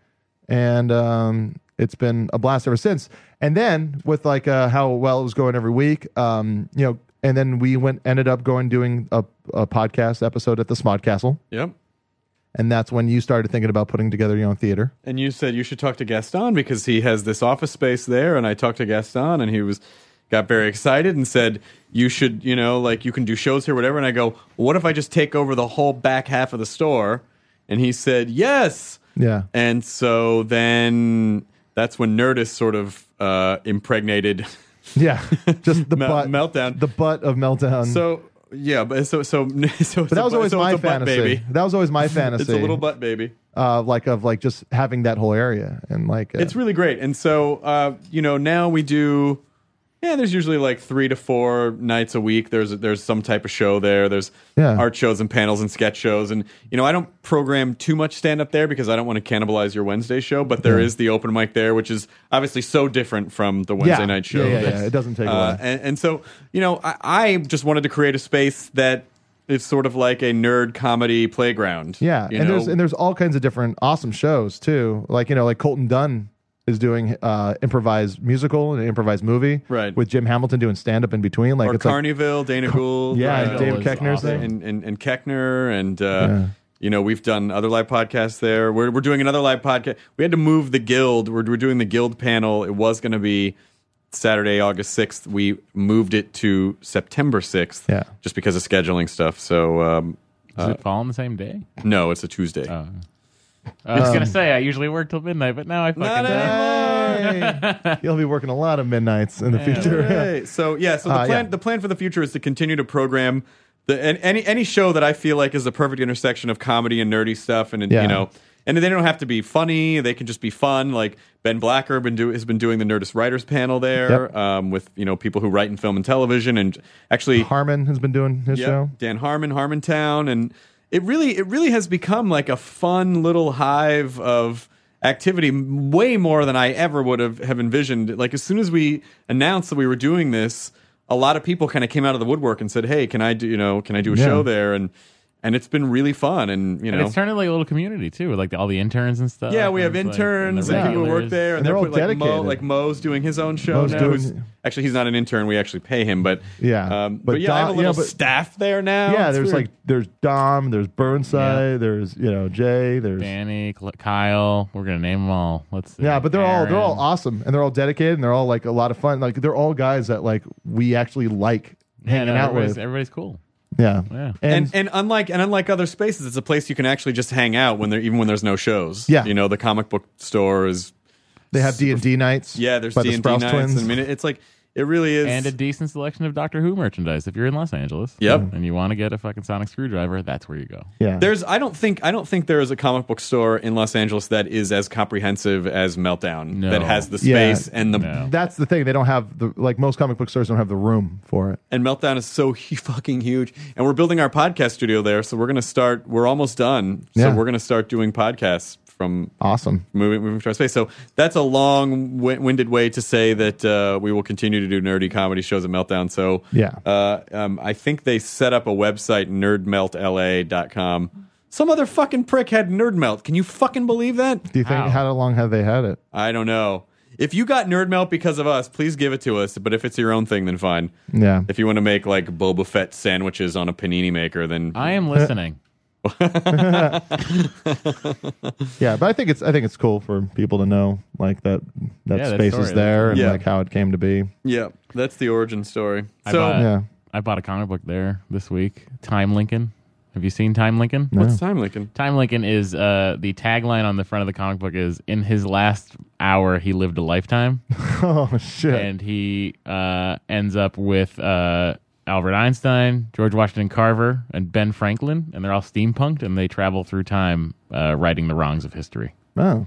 and um, it's been a blast ever since. And then with like uh, how well it was going every week, um, you know, and then we went ended up going doing a, a podcast episode at the Smod Castle, Yep. and that's when you started thinking about putting together your own theater. And you said you should talk to Gaston because he has this office space there. And I talked to Gaston, and he was got very excited and said, "You should, you know, like you can do shows here, whatever." And I go, "What if I just take over the whole back half of the store?" And he said, "Yes." <laughs> Yeah. And so then that's when Nerdist sort of uh, impregnated. Yeah, just the Mel- butt Meltdown. the butt of meltdown. so yeah, but so so <laughs> so. Mm. but that was always my fantasy. baby. That was always my <laughs> fantasy. It's a little butt baby. uh, like of like just having that whole area and like uh, It's really great. And so, uh, you know, now we do. Yeah, there's usually like three to four nights a week. There's there's some type of show there. There's Yeah. art shows and panels and sketch shows. And you know, I don't program too much stand up there because I don't want to cannibalize your Wednesday show. But there is the open mic there, which is obviously so different from the Wednesday Yeah. night show. Yeah, yeah, that's- uh, yeah. It doesn't take away. and, and so, you know, I, I just wanted to create a space that is sort of like a nerd comedy playground. yeah you and there's know? and there's all kinds of different awesome shows too like you know like colton dunn is doing uh improvised musical and an improvised movie Right. with jim hamilton doing stand-up in between like or it's like- Carneyville, Dana Gould, yeah right? and was david keckner's awesome. thing and and, and Keckner and uh, you know we've done other live podcasts there. We're we're doing another live podcast. We had to move the guild. We're we're doing the guild panel. It was going to be Saturday, August sixth. We moved it to September sixth. Yeah. just because of scheduling stuff. So um, Does it fall on the same day? no, it's a Tuesday. I was gonna say I usually work till midnight, but now I fucking don't. Not Hey! <laughs> he'll be working a lot of midnights in the future Hey, so yeah, so the Uh, plan yeah. the plan for the future is to continue to program the and any any show that I feel like is the perfect intersection of comedy and nerdy stuff, and, and, Yeah. you know, and they don't have to be funny. They can just be fun. Like Ben Blacker been do, has been doing the Nerdist Writers panel there Yep. um, with you know people who write in film and television, and actually Harmon has been doing his yeah, show. Dan Harmon, Harmontown, and it really it really has become like a fun little hive of activity m- way more than I ever would have, have envisioned. Like as soon as we announced that we were doing this, a lot of people kind of came out of the woodwork and said, "Hey, can I do, you know, can I do a Yeah. show there?" and and it's been really fun and you know And it's turned into like a little community too, with like all the interns and stuff. yeah, we and have it's, like, and the interns and, people who work regulars. there, and, And they're they're, all put, like Mo, dedicated. like Mo's doing his own show Mo's now. doing- who's- actually, he's not an intern; we actually pay him, but Yeah, um, but, but yeah, I have a Don- little yeah, but- staff there now. Yeah, It's there's weird. like there's Dom, there's Burnside, there's you know Jay, there's Danny, Cl- Kyle. We're gonna name them all. Let's. see. yeah, but they're all they're all Aaron. awesome and they're all dedicated and they're all like a lot of fun. Like they're all guys that like we actually like Yeah, hanging no, out everybody's, with. everybody's cool. Yeah, Yeah. and, and unlike and unlike other spaces, it's a place you can actually just hang out when there even when there's no shows. Yeah. you know the comic book store is They have D and D nights. yeah. There's by D and D the Sprouse nights. twins. I mean, it- it's like it really is. And a decent selection of Doctor Who merchandise if you're in Los Angeles. Yep. And you want to get a fucking sonic screwdriver, that's where you go. yeah, there's I don't think I don't think there is a comic book store in Los Angeles that is as comprehensive as Meltdown No. that has the Yeah. space and the No. that's the thing. They don't have the like most comic book stores don't have the room for it. and meltdown is so <laughs> hu- fucking huge and we're building our podcast studio there so we're going to start we're almost done so Yeah. we're going to start doing podcasts from Awesome. moving moving to our space so that's a long wi- winded way to say that uh, we will continue to do nerdy comedy shows at meltdown so Yeah. uh, um, i think they set up a website nerdmeltla.com some other fucking prick had nerdmelt can you fucking believe that Do you think How? how, long have they had it? i don't know if you got nerdmelt because of us please give it to us but if it's your own thing then fine Yeah, if you want to make like Boba Fett sandwiches on a panini maker, then I am listening. yeah, but I think it's I think it's cool for people to know like that that Yeah, that space story, is there and Yeah. like how it came to be. yeah, that's the origin story. I So bought- Yeah. <laughs> I bought a comic book there this week. Time Lincoln. Have you seen Time Lincoln? what's time Lincoln? Time Lincoln is uh, the tagline on the front of the comic book is in his last hour he lived a <laughs> lifetime, Oh shit. and he uh, ends up with uh, Albert Einstein, George Washington Carver, and Ben Franklin, and they're all steampunked, and they travel through time, uh, righting the wrongs of history. oh.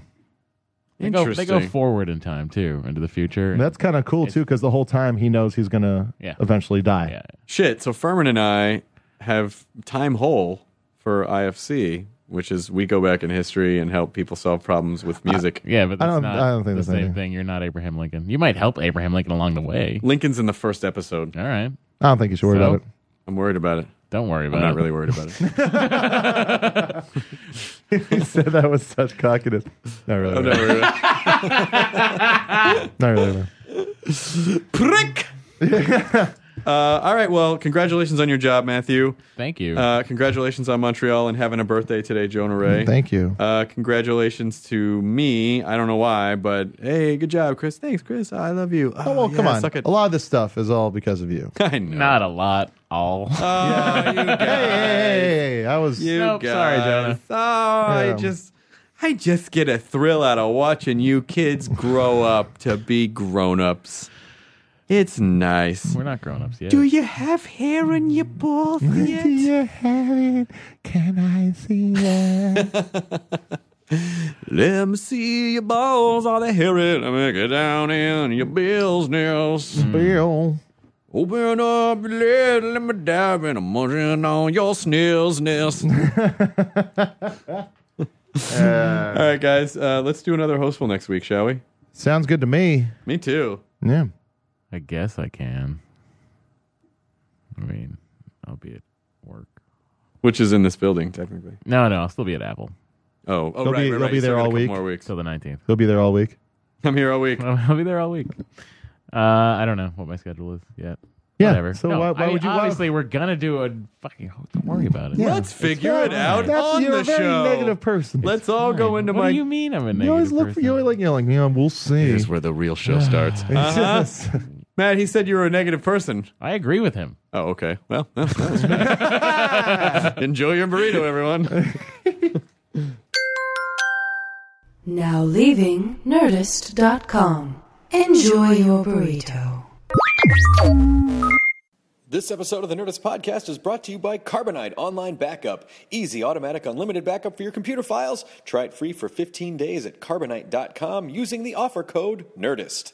They go, they go Interesting. forward in time too, into the future. That's kind of cool too, because the whole time he knows he's gonna Yeah. eventually die. yeah, Shit. So Furman and I have time hole for IFC, which is we go back in history and help people solve problems with music. yeah, but I that's don't- not I don't think the that's same anything. thing. You're not Abraham Lincoln. You might help Abraham Lincoln along the way. Lincoln's in the first episode. All right, I don't think you should worry So? about it. I'm worried about it. don't worry about it. I'm not really worried about <laughs> it. he said that with such cockiness. Not really. I'm not worried about it. Not really. Oh, <laughs> no. Prick. <laughs> Uh, all right. Well, congratulations on your job, Matthew. Thank you. Uh, congratulations on Montreal and having a birthday today, Jonah Ray. Thank you. Uh, congratulations to me. I don't know why, but hey, good job, Chris. Thanks, Chris. I love you. oh well, come yeah, on. Suck it. A lot of this stuff is all because of <laughs> you. I know. not a lot. All. Oh, you guys. hey, I was. You Nope, guys. sorry, Jonah. Oh, I Yeah. just, I just get a thrill out of watching you kids <laughs> grow up to be grown-ups. It's nice. We're not grown ups yet. Do you have hair in your <laughs> balls yet? you have it? Can I <laughs> see it? Let me see your balls. Are they hairy? Let me get down in your business. Hmm. Bill. Open up your lid, let me dive in a motion on your snails nest. <laughs> All right, guys, uh, let's do another hostful next week, shall we? Sounds good to me. Me too. Yeah. I guess I can. I mean, I'll be at work. Which is in this building, technically. No, no, I'll still be at Apple Oh, oh They'll right, be- right, they'll right. be You still got a there all couple week. More weeks. till the 19th. He'll be there all week. I'm here all <laughs> <laughs> week. I'll be there all week. Uh, I don't know what my schedule is yet. Yeah, Whatever. so No, why- why I mean, would you- why- Obviously, we're gonna do a fucking. Don't worry about it. Yeah. Let's figure it fine. out That's- on you're the a very show. negative person. Let's all go into what my. do you mean? I'm a negative You always look. person? You always like. You're like. Yeah, we'll see. <laughs> Here's where the real show <sighs> starts. <laughs> uh-huh. Matt, he said you were a negative person. I agree with him. Oh, okay. Well, <laughs> <laughs> well, that was fair. enjoy your burrito, <laughs> everyone. Now leaving Nerdist.com. Enjoy your burrito. This episode of the Nerdist Podcast is brought to you by Carbonite Online Backup. Easy, automatic, unlimited backup for your computer files. Try it free for 15 days at carbonite.com using the offer code NERDIST.